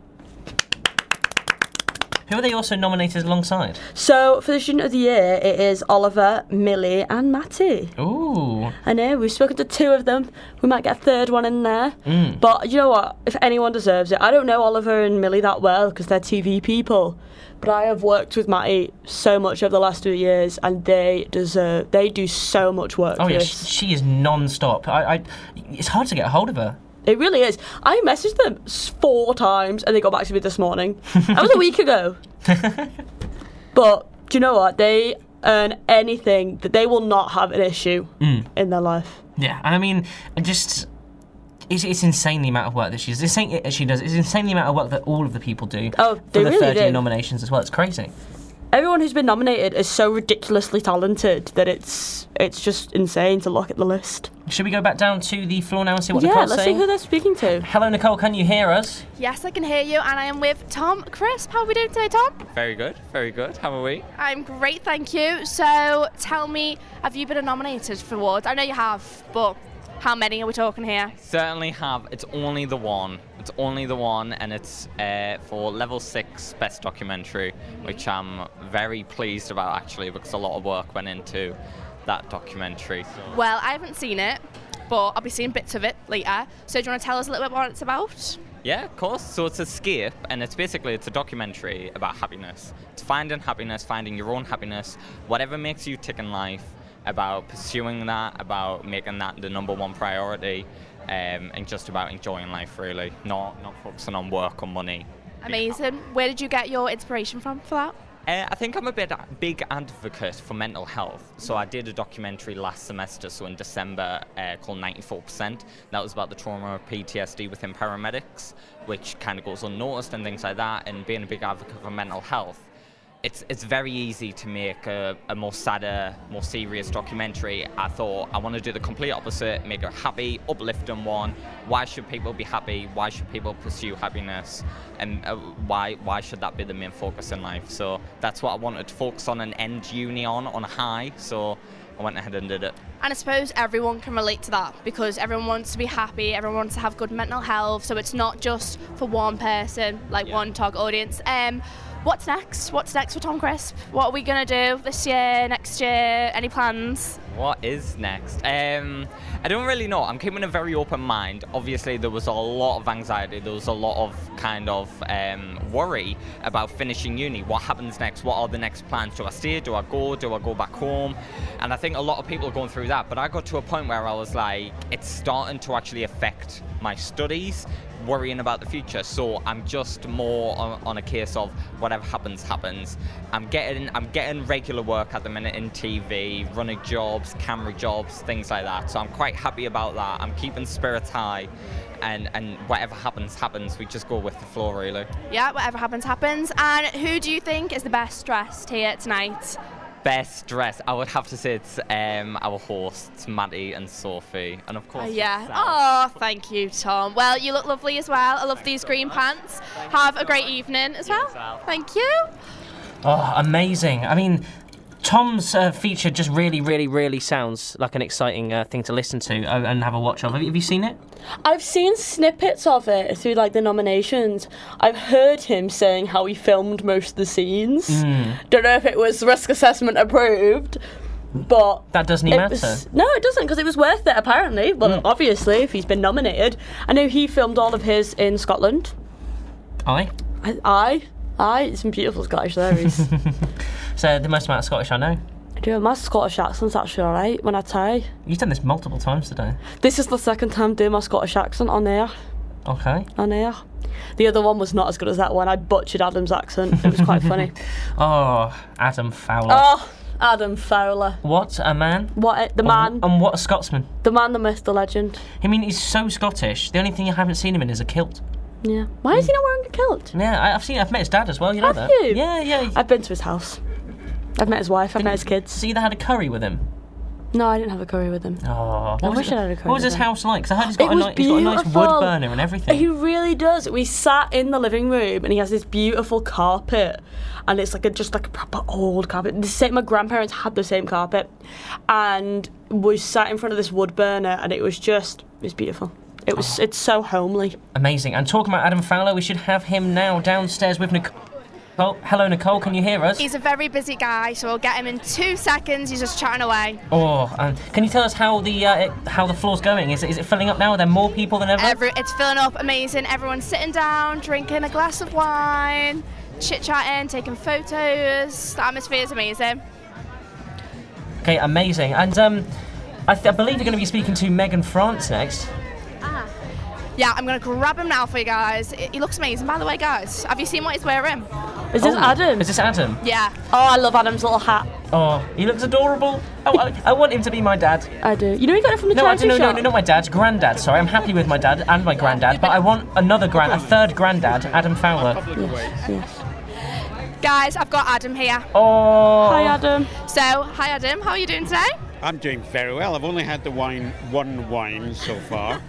[SPEAKER 2] Who are they also nominated alongside?
[SPEAKER 3] So for the Student of the Year, it is Oliver, Millie, and Matty.
[SPEAKER 2] Ooh,
[SPEAKER 3] I know we've spoken to two of them. We might get a third one in there.
[SPEAKER 2] Mm.
[SPEAKER 3] But you know what? If anyone deserves it, I don't know Oliver and Millie that well because they're TV people. But I have worked with Matty so much over the last two years, and they deserve. They do so much work.
[SPEAKER 2] oh
[SPEAKER 3] for
[SPEAKER 2] yeah, she,
[SPEAKER 3] this.
[SPEAKER 2] she is non-stop. I, I, it's hard to get a hold of her.
[SPEAKER 3] It really is. I messaged them s- four times and they got back to me this morning. that was a week ago. but do you know what? They earn anything that they will not have an issue in their life.
[SPEAKER 2] Yeah, and I mean, and just it's, it's insane the amount of work that she's insane uh, she does. It's insane the amount of work that all of the people do
[SPEAKER 3] Oh,
[SPEAKER 2] for
[SPEAKER 3] they
[SPEAKER 2] the
[SPEAKER 3] really
[SPEAKER 2] third year
[SPEAKER 3] do.
[SPEAKER 2] nominations as well. It's crazy.
[SPEAKER 3] Everyone who's been nominated is so ridiculously talented that it's it's just insane to look at the list.
[SPEAKER 2] Should we go back down to the floor now and see what
[SPEAKER 3] yeah,
[SPEAKER 2] Nicole's
[SPEAKER 3] let's see
[SPEAKER 2] saying?
[SPEAKER 3] who they're speaking to.
[SPEAKER 2] Hello, Nicole. Can you hear us?
[SPEAKER 4] Yes, I can hear you. And I am with Tom Crisp. How are we doing today, Tom?
[SPEAKER 13] Very good, very good. How are we?
[SPEAKER 4] I'm great, thank you. So tell me, have you been nominated for awards? I know you have, but how many are we talking here?
[SPEAKER 13] Certainly have. It's only the one. It's only the one, and it's uh, for level six best documentary, which I'm very pleased about actually because a lot of work went into that documentary. So.
[SPEAKER 4] Well, I haven't seen it, but I'll be seeing bits of it later. So do you want to tell us a little bit what it's about?
[SPEAKER 13] Yeah, of course. So it's Escape, and it's basically it's a documentary about happiness. It's finding happiness, finding your own happiness, whatever makes you tick in life, about pursuing that, about making that the number one priority, um, and just about enjoying life really, not not focusing on work or money.
[SPEAKER 4] Amazing. Where did you get your inspiration from for that?
[SPEAKER 13] Uh, I think I'm a bit big advocate for mental health. So I did a documentary last semester, so in December, uh, called 94%. That was about the trauma of PTSD within paramedics, which kind of goes unnoticed and things like that. And being a big advocate for mental health, it's it's very easy to make a, a more sadder, more serious documentary. I thought I want to do the complete opposite, make a happy, uplifting one. Why should people be happy? Why should people pursue happiness? And uh, why why should that be the main focus in life? So that's what I wanted to focus on and end uni on on a high. So I went ahead and did it.
[SPEAKER 4] And I suppose everyone can relate to that because everyone wants to be happy, everyone wants to have good mental health. So it's not just for one person, like one target audience. Um, what's next? What's next for Tom Crisp? What are we gonna do this year, next year? Any plans?
[SPEAKER 13] What is next? Um, I don't really know. I'm keeping a very open mind. Obviously, there was a lot of anxiety. There was a lot of kind of um, worry about finishing uni. What happens next? What are the next plans? Do I stay? Do I go? Do I go back home? And I think a lot of people are going through that. But I got to a point where I was like, it's starting to actually affect my studies worrying about the future. So I'm just more on, on, a case of whatever happens, happens. I'm getting I'm getting regular work at the minute in TV, running jobs, camera jobs, things like that. So I'm quite happy about that. I'm keeping spirits high, and and whatever happens, happens. We just go with the flow, really.
[SPEAKER 4] Yeah, whatever happens, happens. And who do you think is the best dressed here tonight?
[SPEAKER 13] Best dress, I would have to say it's um, our hosts, Maddie and Sophie, and of course.
[SPEAKER 4] Oh, yeah. Oh, thank you, Tom. Well, you look lovely as well. I love these green pants. Have a great evening as well. Thank you.
[SPEAKER 2] Oh, amazing. I mean, Tom's uh, feature just really, really, really sounds like an exciting uh, thing to listen to uh, and have a watch of. Have you, have you seen it?
[SPEAKER 3] I've seen snippets of it through like the nominations. I've heard him saying how he filmed most of the scenes.
[SPEAKER 2] Mm.
[SPEAKER 3] Don't know if it was risk assessment approved, but
[SPEAKER 2] That doesn't
[SPEAKER 3] it
[SPEAKER 2] even matter. Hmm.
[SPEAKER 3] was- no, it doesn't because it was worth it apparently. Well, obviously, if he's been nominated, I know he filmed all of his in Scotland.
[SPEAKER 2] Aye.
[SPEAKER 3] I, I, I it's some beautiful Scottish there. He's,
[SPEAKER 2] So the most amount of Scottish I know.
[SPEAKER 3] dude, my Scottish accent's actually alright when I tie.
[SPEAKER 2] You've done this multiple times today.
[SPEAKER 3] This is the second time doing my Scottish accent on air.
[SPEAKER 2] Okay.
[SPEAKER 3] on air. The other one was not as good as that one. I butchered Adam's accent. It was quite funny.
[SPEAKER 2] Oh, Adam Fowler.
[SPEAKER 3] Oh, Adam Fowler.
[SPEAKER 2] What a man.
[SPEAKER 3] What a- the man,
[SPEAKER 2] And what a Scotsman.
[SPEAKER 3] the man, the myth, the legend.
[SPEAKER 2] I mean, he's so Scottish. The only thing I haven't seen him in is a kilt.
[SPEAKER 3] Yeah. Why is he not wearing a kilt?
[SPEAKER 2] Yeah, I, I've seen. I've met his dad as well. You know
[SPEAKER 3] Have
[SPEAKER 2] that.
[SPEAKER 3] you?
[SPEAKER 2] Uh, Yeah, yeah.
[SPEAKER 3] I've been to his house. I've met his wife. I've met his kids.
[SPEAKER 2] So you either had a curry with him.
[SPEAKER 3] No, I didn't have a curry with him.
[SPEAKER 2] Oh, what
[SPEAKER 3] I
[SPEAKER 2] was
[SPEAKER 3] wish
[SPEAKER 2] it-
[SPEAKER 3] I had a curry
[SPEAKER 2] What was his
[SPEAKER 3] with him.
[SPEAKER 2] house like? Because I heard he's got,
[SPEAKER 3] it
[SPEAKER 2] a
[SPEAKER 3] was
[SPEAKER 2] ni- he's got a nice
[SPEAKER 3] beautiful.
[SPEAKER 2] wood burner and everything.
[SPEAKER 3] He really does. We sat in the living room and he has this beautiful carpet, and it's like a just like a proper old carpet. The same. My grandparents had the same carpet, and we sat in front of this wood burner, and it was just it was beautiful. It was
[SPEAKER 2] Oh.
[SPEAKER 3] it's so homely.
[SPEAKER 2] Amazing. And talking about Adam Fowler, we should have him now downstairs with Nicole. Hello, Nicole. Can you hear us?
[SPEAKER 4] He's a very busy guy, so we'll get him in two seconds. He's just chatting away.
[SPEAKER 2] Oh, um, can you tell us how the uh, it, how the floor's going? Is it, is it filling up now? Are there more people than ever?
[SPEAKER 4] Every, it's filling up amazing. Everyone's sitting down, drinking a glass of wine, chit chatting, taking photos. The atmosphere is amazing.
[SPEAKER 2] Okay, amazing. And um, I, th- I believe you're going to be speaking to Megan France next.
[SPEAKER 3] Ah.
[SPEAKER 4] Yeah, I'm gonna grab him now for you guys. He he looks amazing, by the way, guys. Have you seen what he's wearing?
[SPEAKER 3] Is this
[SPEAKER 2] Oh,
[SPEAKER 3] Adam?
[SPEAKER 2] Is this Adam?
[SPEAKER 4] Yeah.
[SPEAKER 3] Oh, I love Adam's little hat.
[SPEAKER 2] Oh, he looks adorable. Oh, I, I want him to be my dad.
[SPEAKER 3] I do. You know he got it from the
[SPEAKER 2] No, I
[SPEAKER 3] charity
[SPEAKER 2] don't, no, no,
[SPEAKER 3] shop.
[SPEAKER 2] no, not my dad's granddad. Sorry, I'm happy with my dad and my granddad, but I want another grand, a third granddad, Adam Fowler.
[SPEAKER 4] Guys, I've got Adam here.
[SPEAKER 2] Oh,
[SPEAKER 3] Hi, Adam.
[SPEAKER 4] So, hi Adam, how are you doing today?
[SPEAKER 14] I'm doing very well. I've only had the wine, one wine so far.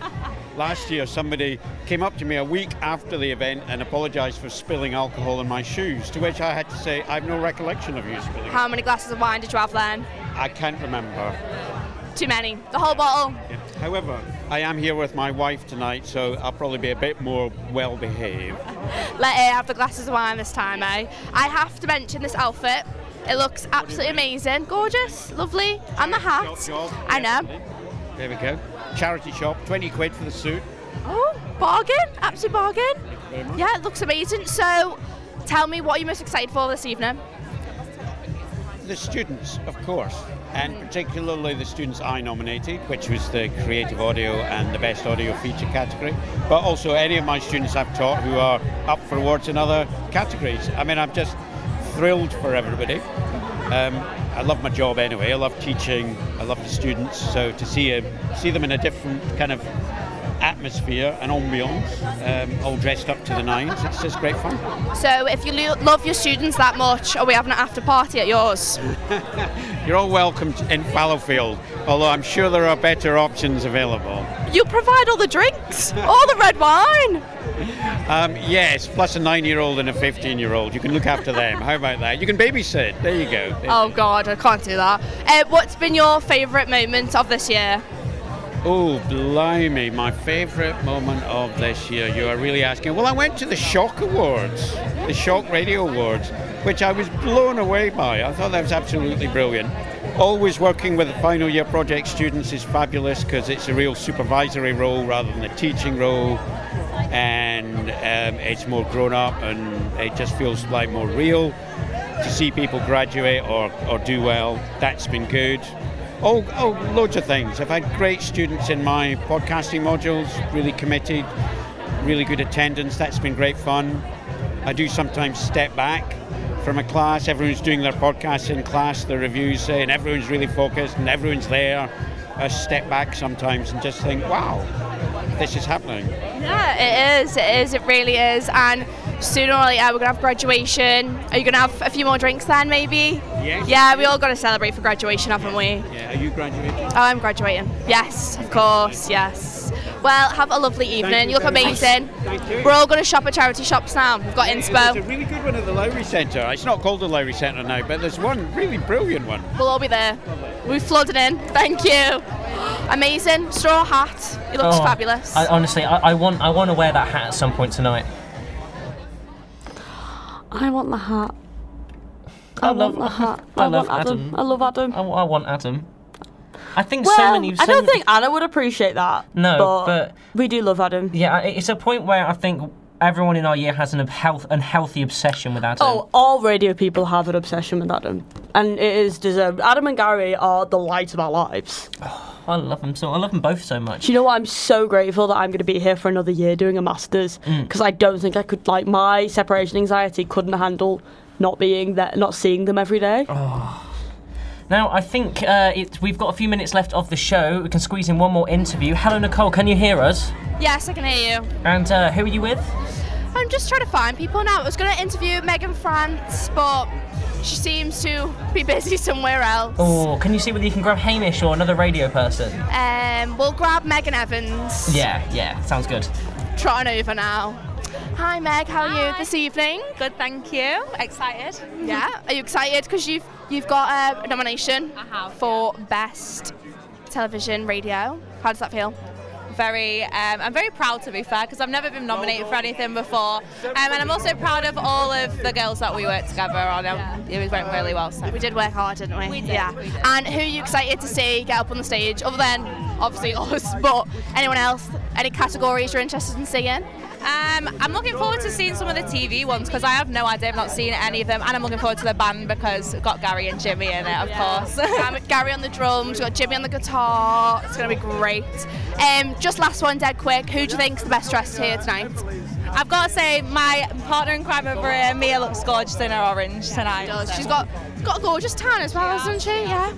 [SPEAKER 14] Last year, somebody came up to me a week after the event and apologised for spilling alcohol in my shoes, to which I had to say, I have no recollection of you spilling.
[SPEAKER 4] How many glasses of wine did you have then?
[SPEAKER 14] I can't remember.
[SPEAKER 4] Too many. The whole bottle.
[SPEAKER 14] However, I am here with my wife tonight, so I'll probably be a bit more well behaved.
[SPEAKER 4] Let her have the glasses of wine this time, eh? I have to mention this outfit. It looks absolutely amazing, gorgeous, lovely, and the hat. I know.
[SPEAKER 14] There we go. Charity shop, 20 quid for the suit.
[SPEAKER 4] Oh, bargain, absolute bargain. Yeah, it looks amazing. So, tell me what are you most excited for this evening?
[SPEAKER 14] The students, of course, and particularly the students I nominated, which was the creative audio and the best audio feature category, but also any of my students I've taught who are up for awards in other categories. I mean, I'm just thrilled for everybody. Um, I love my job anyway. I love teaching. I love the students. So to see a, see them in a different kind of atmosphere and ambiance, um, all dressed up to the nines, it's just great fun.
[SPEAKER 4] So, if you lo- love your students that much, are we having an after party at yours?
[SPEAKER 14] You're all welcome to- in Fallowfield, although I'm sure there are better options available.
[SPEAKER 4] you provide all the drinks, all the red wine.
[SPEAKER 14] Um, yes, plus a nine-year-old and a fifteen-year-old. You can look after them. How about that? You can babysit. There you go.
[SPEAKER 4] Oh God, I can't do that. Uh, what's been your favourite moment of this year?
[SPEAKER 14] Oh, blimey! My favourite moment of this year. You are really asking. Well, I went to the Shock Awards, the Shock Radio Awards, which I was blown away by. I thought that was absolutely brilliant. Always working with the final year project students is fabulous because it's a real supervisory role rather than a teaching role, and um, it's more grown up and it just feels like more real. To see people graduate or, or do well, that's been good. Oh, oh, loads of things. I've had great students in my podcasting modules, really committed, really good attendance. That's been great fun. I do sometimes step back from a class. Everyone's doing their podcast in class, their reviews say, and everyone's really focused and everyone's there. I step back sometimes and just think, wow, this is happening.
[SPEAKER 4] Yeah, it is. It is. It really is. And sooner or later, we're gonna have graduation. Are you gonna have a few more drinks then, maybe?
[SPEAKER 14] Yes.
[SPEAKER 4] Yeah, we all gotta celebrate for graduation, haven't we?
[SPEAKER 14] Yeah, are you graduating?
[SPEAKER 4] Oh, I'm graduating. Yes, of course. Yes. Well, have a lovely evening.
[SPEAKER 14] you
[SPEAKER 4] you, look
[SPEAKER 14] very much.
[SPEAKER 4] amazing.
[SPEAKER 14] Thank you.
[SPEAKER 4] We're all gonna shop at charity shops now. We've got
[SPEAKER 14] It's a
[SPEAKER 4] inspo.
[SPEAKER 14] really good one at the Lowry Centre. It's not called the Lowry Centre now, but there's one really brilliant one.
[SPEAKER 4] We'll all be there. We flooded in. Thank you. Amazing straw hat. It looks
[SPEAKER 2] Oh,
[SPEAKER 4] fabulous.
[SPEAKER 2] I, honestly, I, I want I want to wear that hat at some point tonight.
[SPEAKER 3] I want the hat. I, want the hat.
[SPEAKER 2] I, love
[SPEAKER 3] want Adam.
[SPEAKER 2] Adam.
[SPEAKER 3] I love Adam.
[SPEAKER 2] I, wa- I want Adam. I think
[SPEAKER 3] well,
[SPEAKER 2] so many. So
[SPEAKER 3] I
[SPEAKER 2] many-
[SPEAKER 3] don't think Anna would appreciate that.
[SPEAKER 2] No, but,
[SPEAKER 3] we do love Adam.
[SPEAKER 2] Yeah, I- it's a point where I think everyone in our year has an ab- health unhealthy obsession with Adam.
[SPEAKER 3] Oh, all radio people have an obsession with Adam, and it is deserved. Adam and Gary are the light of our lives.
[SPEAKER 2] I love them so. I love them both so much.
[SPEAKER 3] Do you know what? I'm so grateful that I'm going to be here for another year doing a masters
[SPEAKER 2] Mm.
[SPEAKER 3] because I don't think I could like my separation anxiety couldn't handle not being there, not seeing them every day.
[SPEAKER 2] Oh, Now I think uh, it, we've got a few minutes left of the show. We can squeeze in one more interview. Hello, Nicole. Can you hear us?
[SPEAKER 4] yes, I can hear you.
[SPEAKER 2] And uh, who are you with?
[SPEAKER 4] I'm just trying to find people now. I was going to interview Megan France, but she seems to be busy somewhere else.
[SPEAKER 2] Oh, can you see whether you can grab Hamish or another radio person?
[SPEAKER 4] Um, we'll grab Megan Evans.
[SPEAKER 2] Yeah, yeah, sounds good.
[SPEAKER 4] Trotting over now. Hi, Meg. How are you this evening?
[SPEAKER 15] Good, thank you. Excited?
[SPEAKER 4] Yeah. Are you excited? Because you've you've got a nomination for best television radio. How does that feel?
[SPEAKER 15] Very, um, I'm very proud to be fair because I've never been nominated for anything before, um, and I'm also proud of all of the girls that we worked together on. Um, It went really well. So.
[SPEAKER 4] We did work hard, didn't we?
[SPEAKER 15] We did,
[SPEAKER 4] Yeah.
[SPEAKER 15] we did.
[SPEAKER 4] And who are you excited to see get up on the stage, other than obviously us, but anyone else? Any categories you're interested in seeing?
[SPEAKER 15] Um, I'm looking forward to seeing some of the TV ones because I have no idea. I've not seen any of them, and I'm looking forward to the band because we've got Gary and Jimmy in it, of course.
[SPEAKER 4] Gam- Gary on the drums, we've got Jimmy on the guitar. It's going to be great. Um, just last one, dead quick. Who do you think's the best dressed here tonight?
[SPEAKER 15] I've got to say, my partner in crime over here, Mia, looks gorgeous in her orange tonight.
[SPEAKER 4] does. She's got got a gorgeous tan as well, hasn't she? Yeah.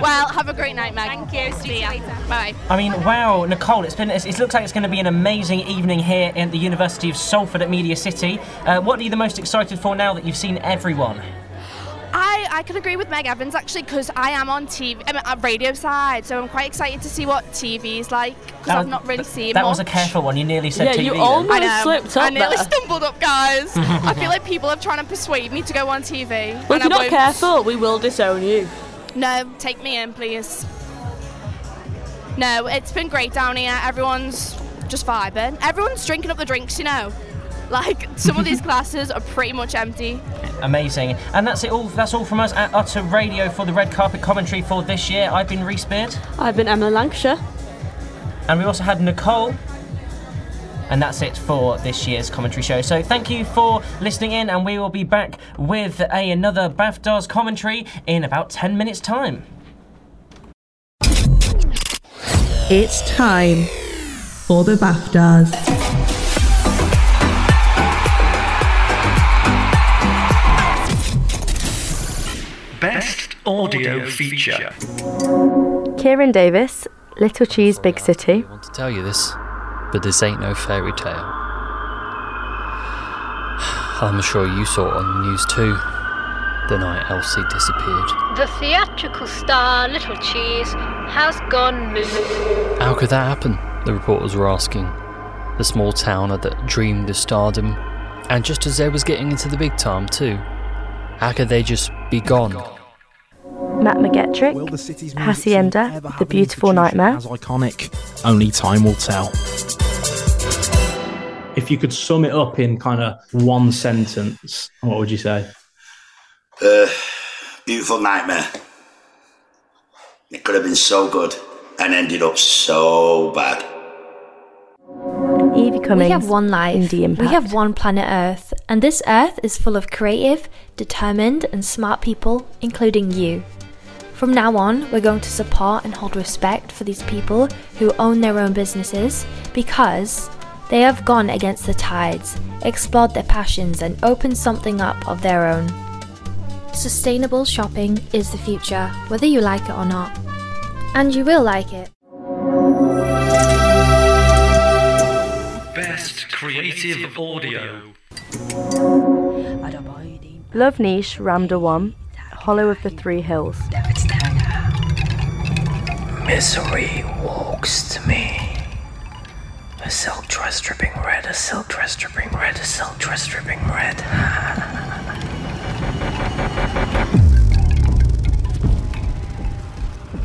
[SPEAKER 4] well, have a great night, Meg. Thank you. See ya. Bye.
[SPEAKER 2] I mean, wow, Nicole, it's been. It's, it looks like it's going to be an amazing evening here at the University of Salford at Media City. Uh, what are you the most excited for now that you've seen everyone?
[SPEAKER 4] I, I can agree with Meg Evans actually because I am on TV, I mean, uh, radio side, so I'm quite excited to see what TV's like because
[SPEAKER 2] That
[SPEAKER 4] I've
[SPEAKER 2] was-
[SPEAKER 4] not really seen
[SPEAKER 2] That was a
[SPEAKER 4] much.
[SPEAKER 2] careful one. You nearly said TV. then.
[SPEAKER 4] I know. um, I nearly stumbled up, guys. I feel like people are trying to persuade me to go on TV.
[SPEAKER 3] Well,
[SPEAKER 4] and
[SPEAKER 3] if you're
[SPEAKER 4] I
[SPEAKER 3] not
[SPEAKER 4] won't.
[SPEAKER 3] careful, we will disown you.
[SPEAKER 4] No, take me in, please. No, it's been great down here. Everyone's just vibing. Everyone's drinking up the drinks, you know. Like some of these classes are pretty much empty.
[SPEAKER 2] Amazing. And that's it all. That's all from us at Utter Radio for the red carpet commentary for this year. I've been Reese Beard.
[SPEAKER 3] I've been Emma Lancashire.
[SPEAKER 2] And we also had Nicole. And that's it for this year's commentary show. So thank you for listening in, and we will be back with a, another BAFTAs commentary in about 10 minutes' time.
[SPEAKER 16] It's time for the BAFTAs.
[SPEAKER 17] Best audio feature.
[SPEAKER 5] Kieran Davis, Little Cheese Big City.
[SPEAKER 18] want to tell you this, but this ain't no fairy tale. I'm sure you saw it on the news too. The night Elsie disappeared.
[SPEAKER 19] The theatrical star Little Cheese has gone missing.
[SPEAKER 18] How could that happen? The reporters were asking. The small towner that dreamed of stardom, and just as they was getting into the big time too. How could they just be gone?
[SPEAKER 5] Matt McGettrick, Hacienda, The Beautiful Nightmare.
[SPEAKER 20] as iconic. Only time will tell. If you could sum it up in kind of one sentence, what would you say?
[SPEAKER 21] Uh, beautiful nightmare. It could have been so good and ended up so bad.
[SPEAKER 5] Evie Cummings,
[SPEAKER 22] We have one life.
[SPEAKER 5] Indie Impact.
[SPEAKER 22] We have one planet Earth, and this Earth is full of creative, determined, and smart people, including you. From now on, we're going to support and hold respect for these people who own their own businesses because they have gone against the tides, explored their passions, and opened something up of their own. Sustainable shopping is the future, whether you like it or not. And you will like it.
[SPEAKER 17] Best creative audio.
[SPEAKER 5] Love Niche, Ramda Hollow of the Three Hills.
[SPEAKER 23] Misery walks to me. A silk dress dripping red, a silk dress dripping red, a silk dress dripping red.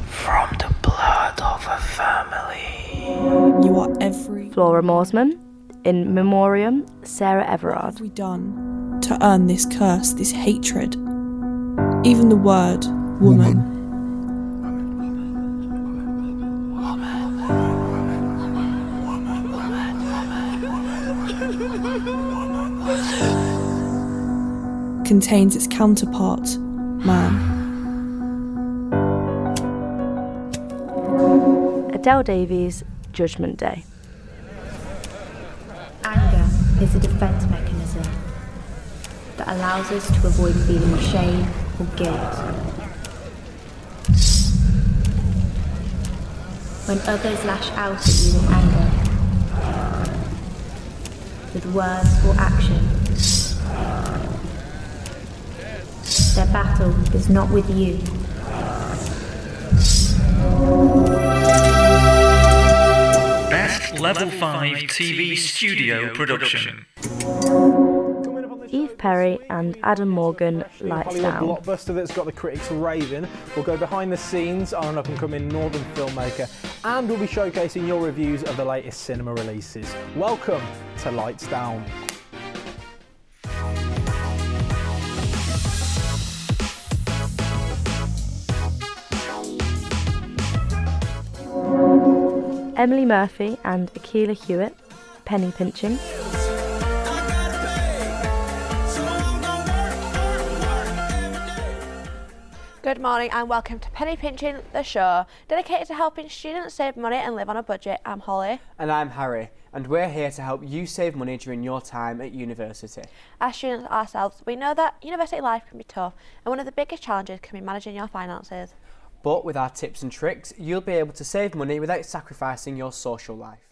[SPEAKER 23] From the blood of a family.
[SPEAKER 5] You are every. Flora Moorsman, In Memoriam, Sarah Everard.
[SPEAKER 24] have we done to earn this curse, this hatred? Even the word woman. Contains its counterpart, man.
[SPEAKER 5] Adele Davies, Judgment Day.
[SPEAKER 25] Anger is a defense mechanism that allows us to avoid feeling shame or guilt. When others lash out at you in anger, with words or action, their battle is not with you.
[SPEAKER 17] Best level 5 TV studio production.
[SPEAKER 5] Eve Perry and Adam Morgan, Lights
[SPEAKER 26] Hollywood
[SPEAKER 5] Down.
[SPEAKER 26] blockbuster that's got the critics raving. We'll go behind the scenes on an up-and-coming northern filmmaker, and we'll be showcasing your reviews of the latest cinema releases. Welcome to Lights Down.
[SPEAKER 5] Emily Murphy and Akila Hewitt, Penny Pinching.
[SPEAKER 27] Good morning and welcome to Penny Pinching, the show dedicated to helping students save money and live on a budget. I'm Holly.
[SPEAKER 28] And I'm Harry, and we're here to help you save money during your time at university.
[SPEAKER 27] As students ourselves, we know that university life can be tough and one of the biggest challenges can be managing your finances.
[SPEAKER 28] But with our tips and tricks, you'll be able to save money without sacrificing your social life.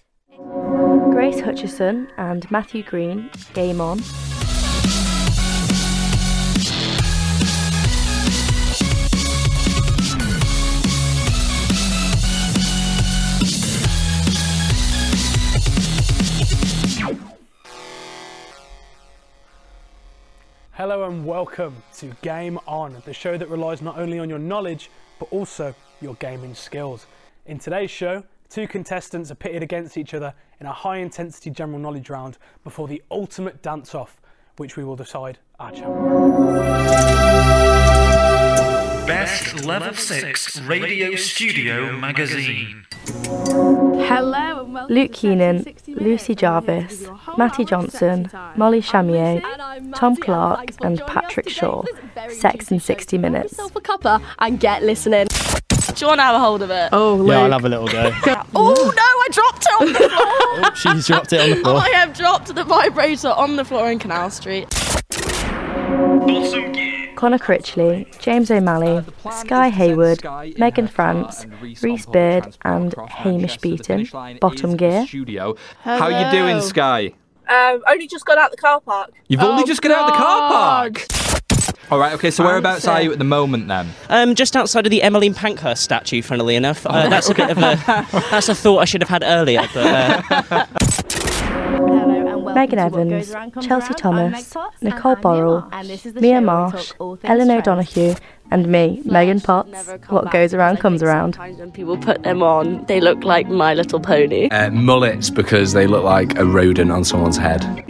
[SPEAKER 5] Grace Hutchison and Matthew Green, Game On.
[SPEAKER 29] Hello and welcome to Game On, the show that relies not only on your knowledge but also your gaming skills. In today's show, Two contestants are pitted against each other in a high intensity general knowledge round before the ultimate dance off, which we will decide our champion.
[SPEAKER 6] Best Level 6 Radio Studio Magazine.
[SPEAKER 23] Hello and welcome
[SPEAKER 3] Luke Keenan, Lucy Jarvis, Matty Johnson, Molly Chamier, Tom Clark, and Patrick Shaw. Sex in 60 Minutes.
[SPEAKER 4] yourself a cuppa and get listening. Do you want to have a hold of it?
[SPEAKER 30] Oh,
[SPEAKER 28] Yeah, I'll have a little go.
[SPEAKER 4] Oh no, I dropped it on the floor.
[SPEAKER 28] She's dropped it on the floor.
[SPEAKER 4] I have dropped the vibrator on the floor in Canal Street.
[SPEAKER 3] Connor Critchley, James O'Malley, Sky Hayward, Megan France, Reese Beard, and Hamish Beaton. Bottom gear.
[SPEAKER 13] Studio. How you doing,
[SPEAKER 3] Hello.
[SPEAKER 13] Sky?
[SPEAKER 4] Um, only just got out the car park.
[SPEAKER 13] You've
[SPEAKER 2] Oh,
[SPEAKER 13] only just got out of the
[SPEAKER 12] Oh,
[SPEAKER 13] car park. All right. Okay. So whereabouts are you at the moment then?
[SPEAKER 2] Um, just outside of the Emmeline Pankhurst statue, funnily enough. Uh, that's a bit of a that's a thought I should have had earlier. But, uh,
[SPEAKER 3] Megan Evans, Chelsea Thomas, Nicole Borrell, Mia Marsh, Ellen O'Donoghue, and me, Megan Potts. What goes around comes around.
[SPEAKER 4] When people put them on, they look like My Little Pony.
[SPEAKER 31] Uh, mullets because they look like a rodent on someone's head.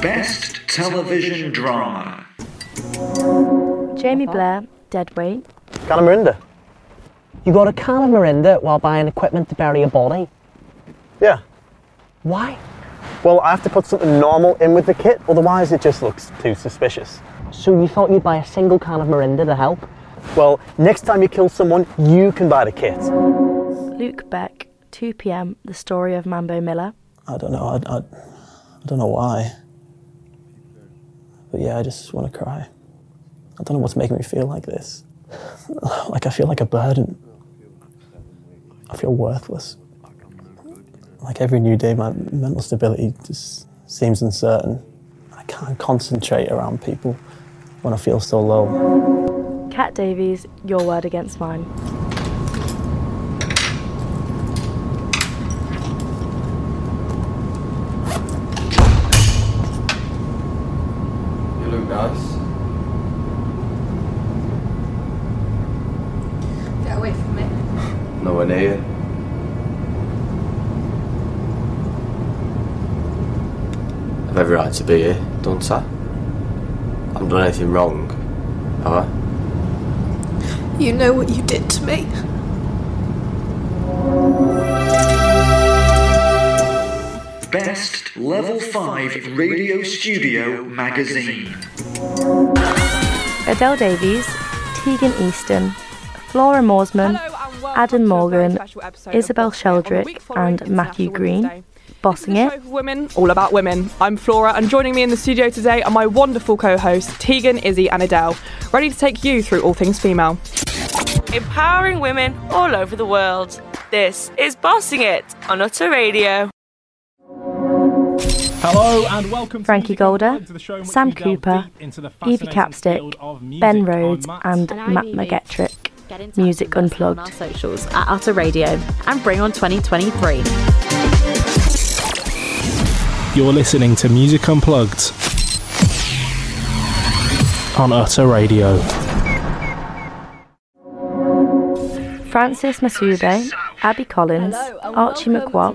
[SPEAKER 6] Best Television Drama.
[SPEAKER 5] Jamie Blair, Deadweight.
[SPEAKER 12] Can of Mirinda. You got a can of Mirinda while buying equipment to bury a body? Yeah. Why? Well, I have to put something normal in with the kit, otherwise it just looks too suspicious. So you thought you'd buy a single can of Mirinda to help? Well, next time you kill someone, you can buy the kit.
[SPEAKER 5] Luke Beck, 2 pm, The Story of Mambo Miller.
[SPEAKER 32] I don't know. I, I, I don't know why. But yeah, I just want to cry. I don't know what's making me feel like this. like I feel like a burden. I feel worthless. Like every new day, my mental stability just seems uncertain. I can't concentrate around people when I feel so low.
[SPEAKER 5] Cat Davies, Your Word Against Mine.
[SPEAKER 7] You look nice.
[SPEAKER 22] Get away from me.
[SPEAKER 7] No one here.
[SPEAKER 13] I've every right to be here, don't I? I haven't done anything wrong, have I?
[SPEAKER 22] You know what you did to me.
[SPEAKER 6] Best Level 5 Radio Studio Magazine.
[SPEAKER 5] Adele Davies, Tegan Easton, Flora Moorsman, Adam Morgan, Isabel Sheldrick, and Matthew Green. Bossing it.
[SPEAKER 10] Women, all about women. I'm Flora, and joining me in the studio today are my wonderful co hosts, Tegan, Izzy, and Adele, ready to take you through all things female. Empowering women all over the world. This is Bossing It on Utter Radio.
[SPEAKER 5] Hello and welcome Frankie Golder, Sam Cooper, Evie Capstick, Ben Rhodes, and
[SPEAKER 11] And I'm
[SPEAKER 5] Matt
[SPEAKER 11] Evie.
[SPEAKER 5] McGettrick. Music Unplugged.
[SPEAKER 11] on our socials at Utter Radio and bring on 2023.
[SPEAKER 26] You're listening to Music Unplugged on Utter Radio.
[SPEAKER 5] Francis Masube, Abby Collins, Archie McWatt,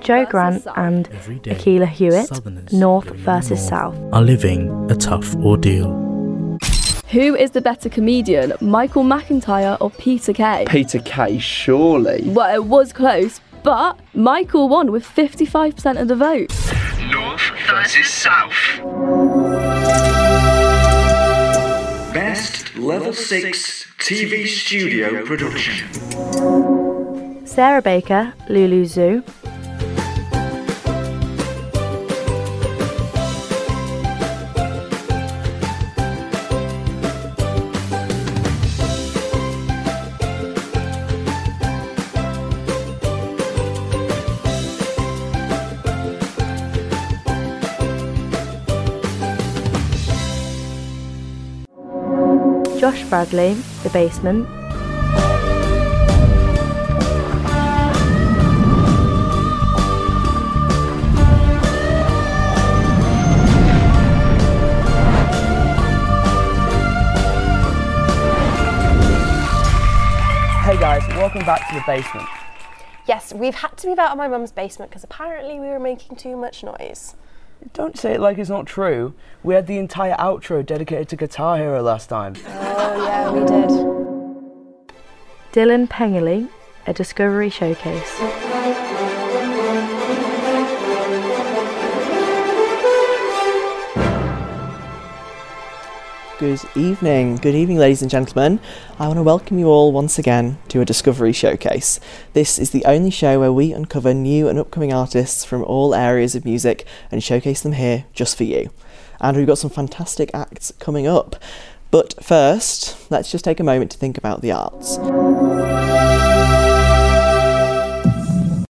[SPEAKER 5] Joe Grant, and
[SPEAKER 26] day,
[SPEAKER 5] Akila Hewitt, North versus South.
[SPEAKER 26] Are living a tough ordeal.
[SPEAKER 11] Who is the better comedian, Michael McIntyre or Peter Kay?
[SPEAKER 7] Peter Kay, surely.
[SPEAKER 11] Well, it was close, but Michael won with 55% of the vote.
[SPEAKER 6] North versus South. Best Level 6 TV Studio Production.
[SPEAKER 5] Sarah Baker, Lulu Zoo, Josh Bradley, The Basement,
[SPEAKER 33] going back to the basement.
[SPEAKER 10] Yes, we've had to move out of my mum's basement because apparently we were making too much noise.
[SPEAKER 33] Don't say it like it's not true. We had the entire outro dedicated to Guitar Hero last time.
[SPEAKER 10] Oh, yeah, we did.
[SPEAKER 5] Dylan Pengelly, a Discovery Showcase.
[SPEAKER 12] Good evening. Good evening, ladies and gentlemen. I want to welcome you all once again to a Discovery Showcase. This is the only show where we uncover new and upcoming artists from all areas of music and showcase them here just for you. And we've got some fantastic acts coming up. But first, let's just take a moment to think about the arts.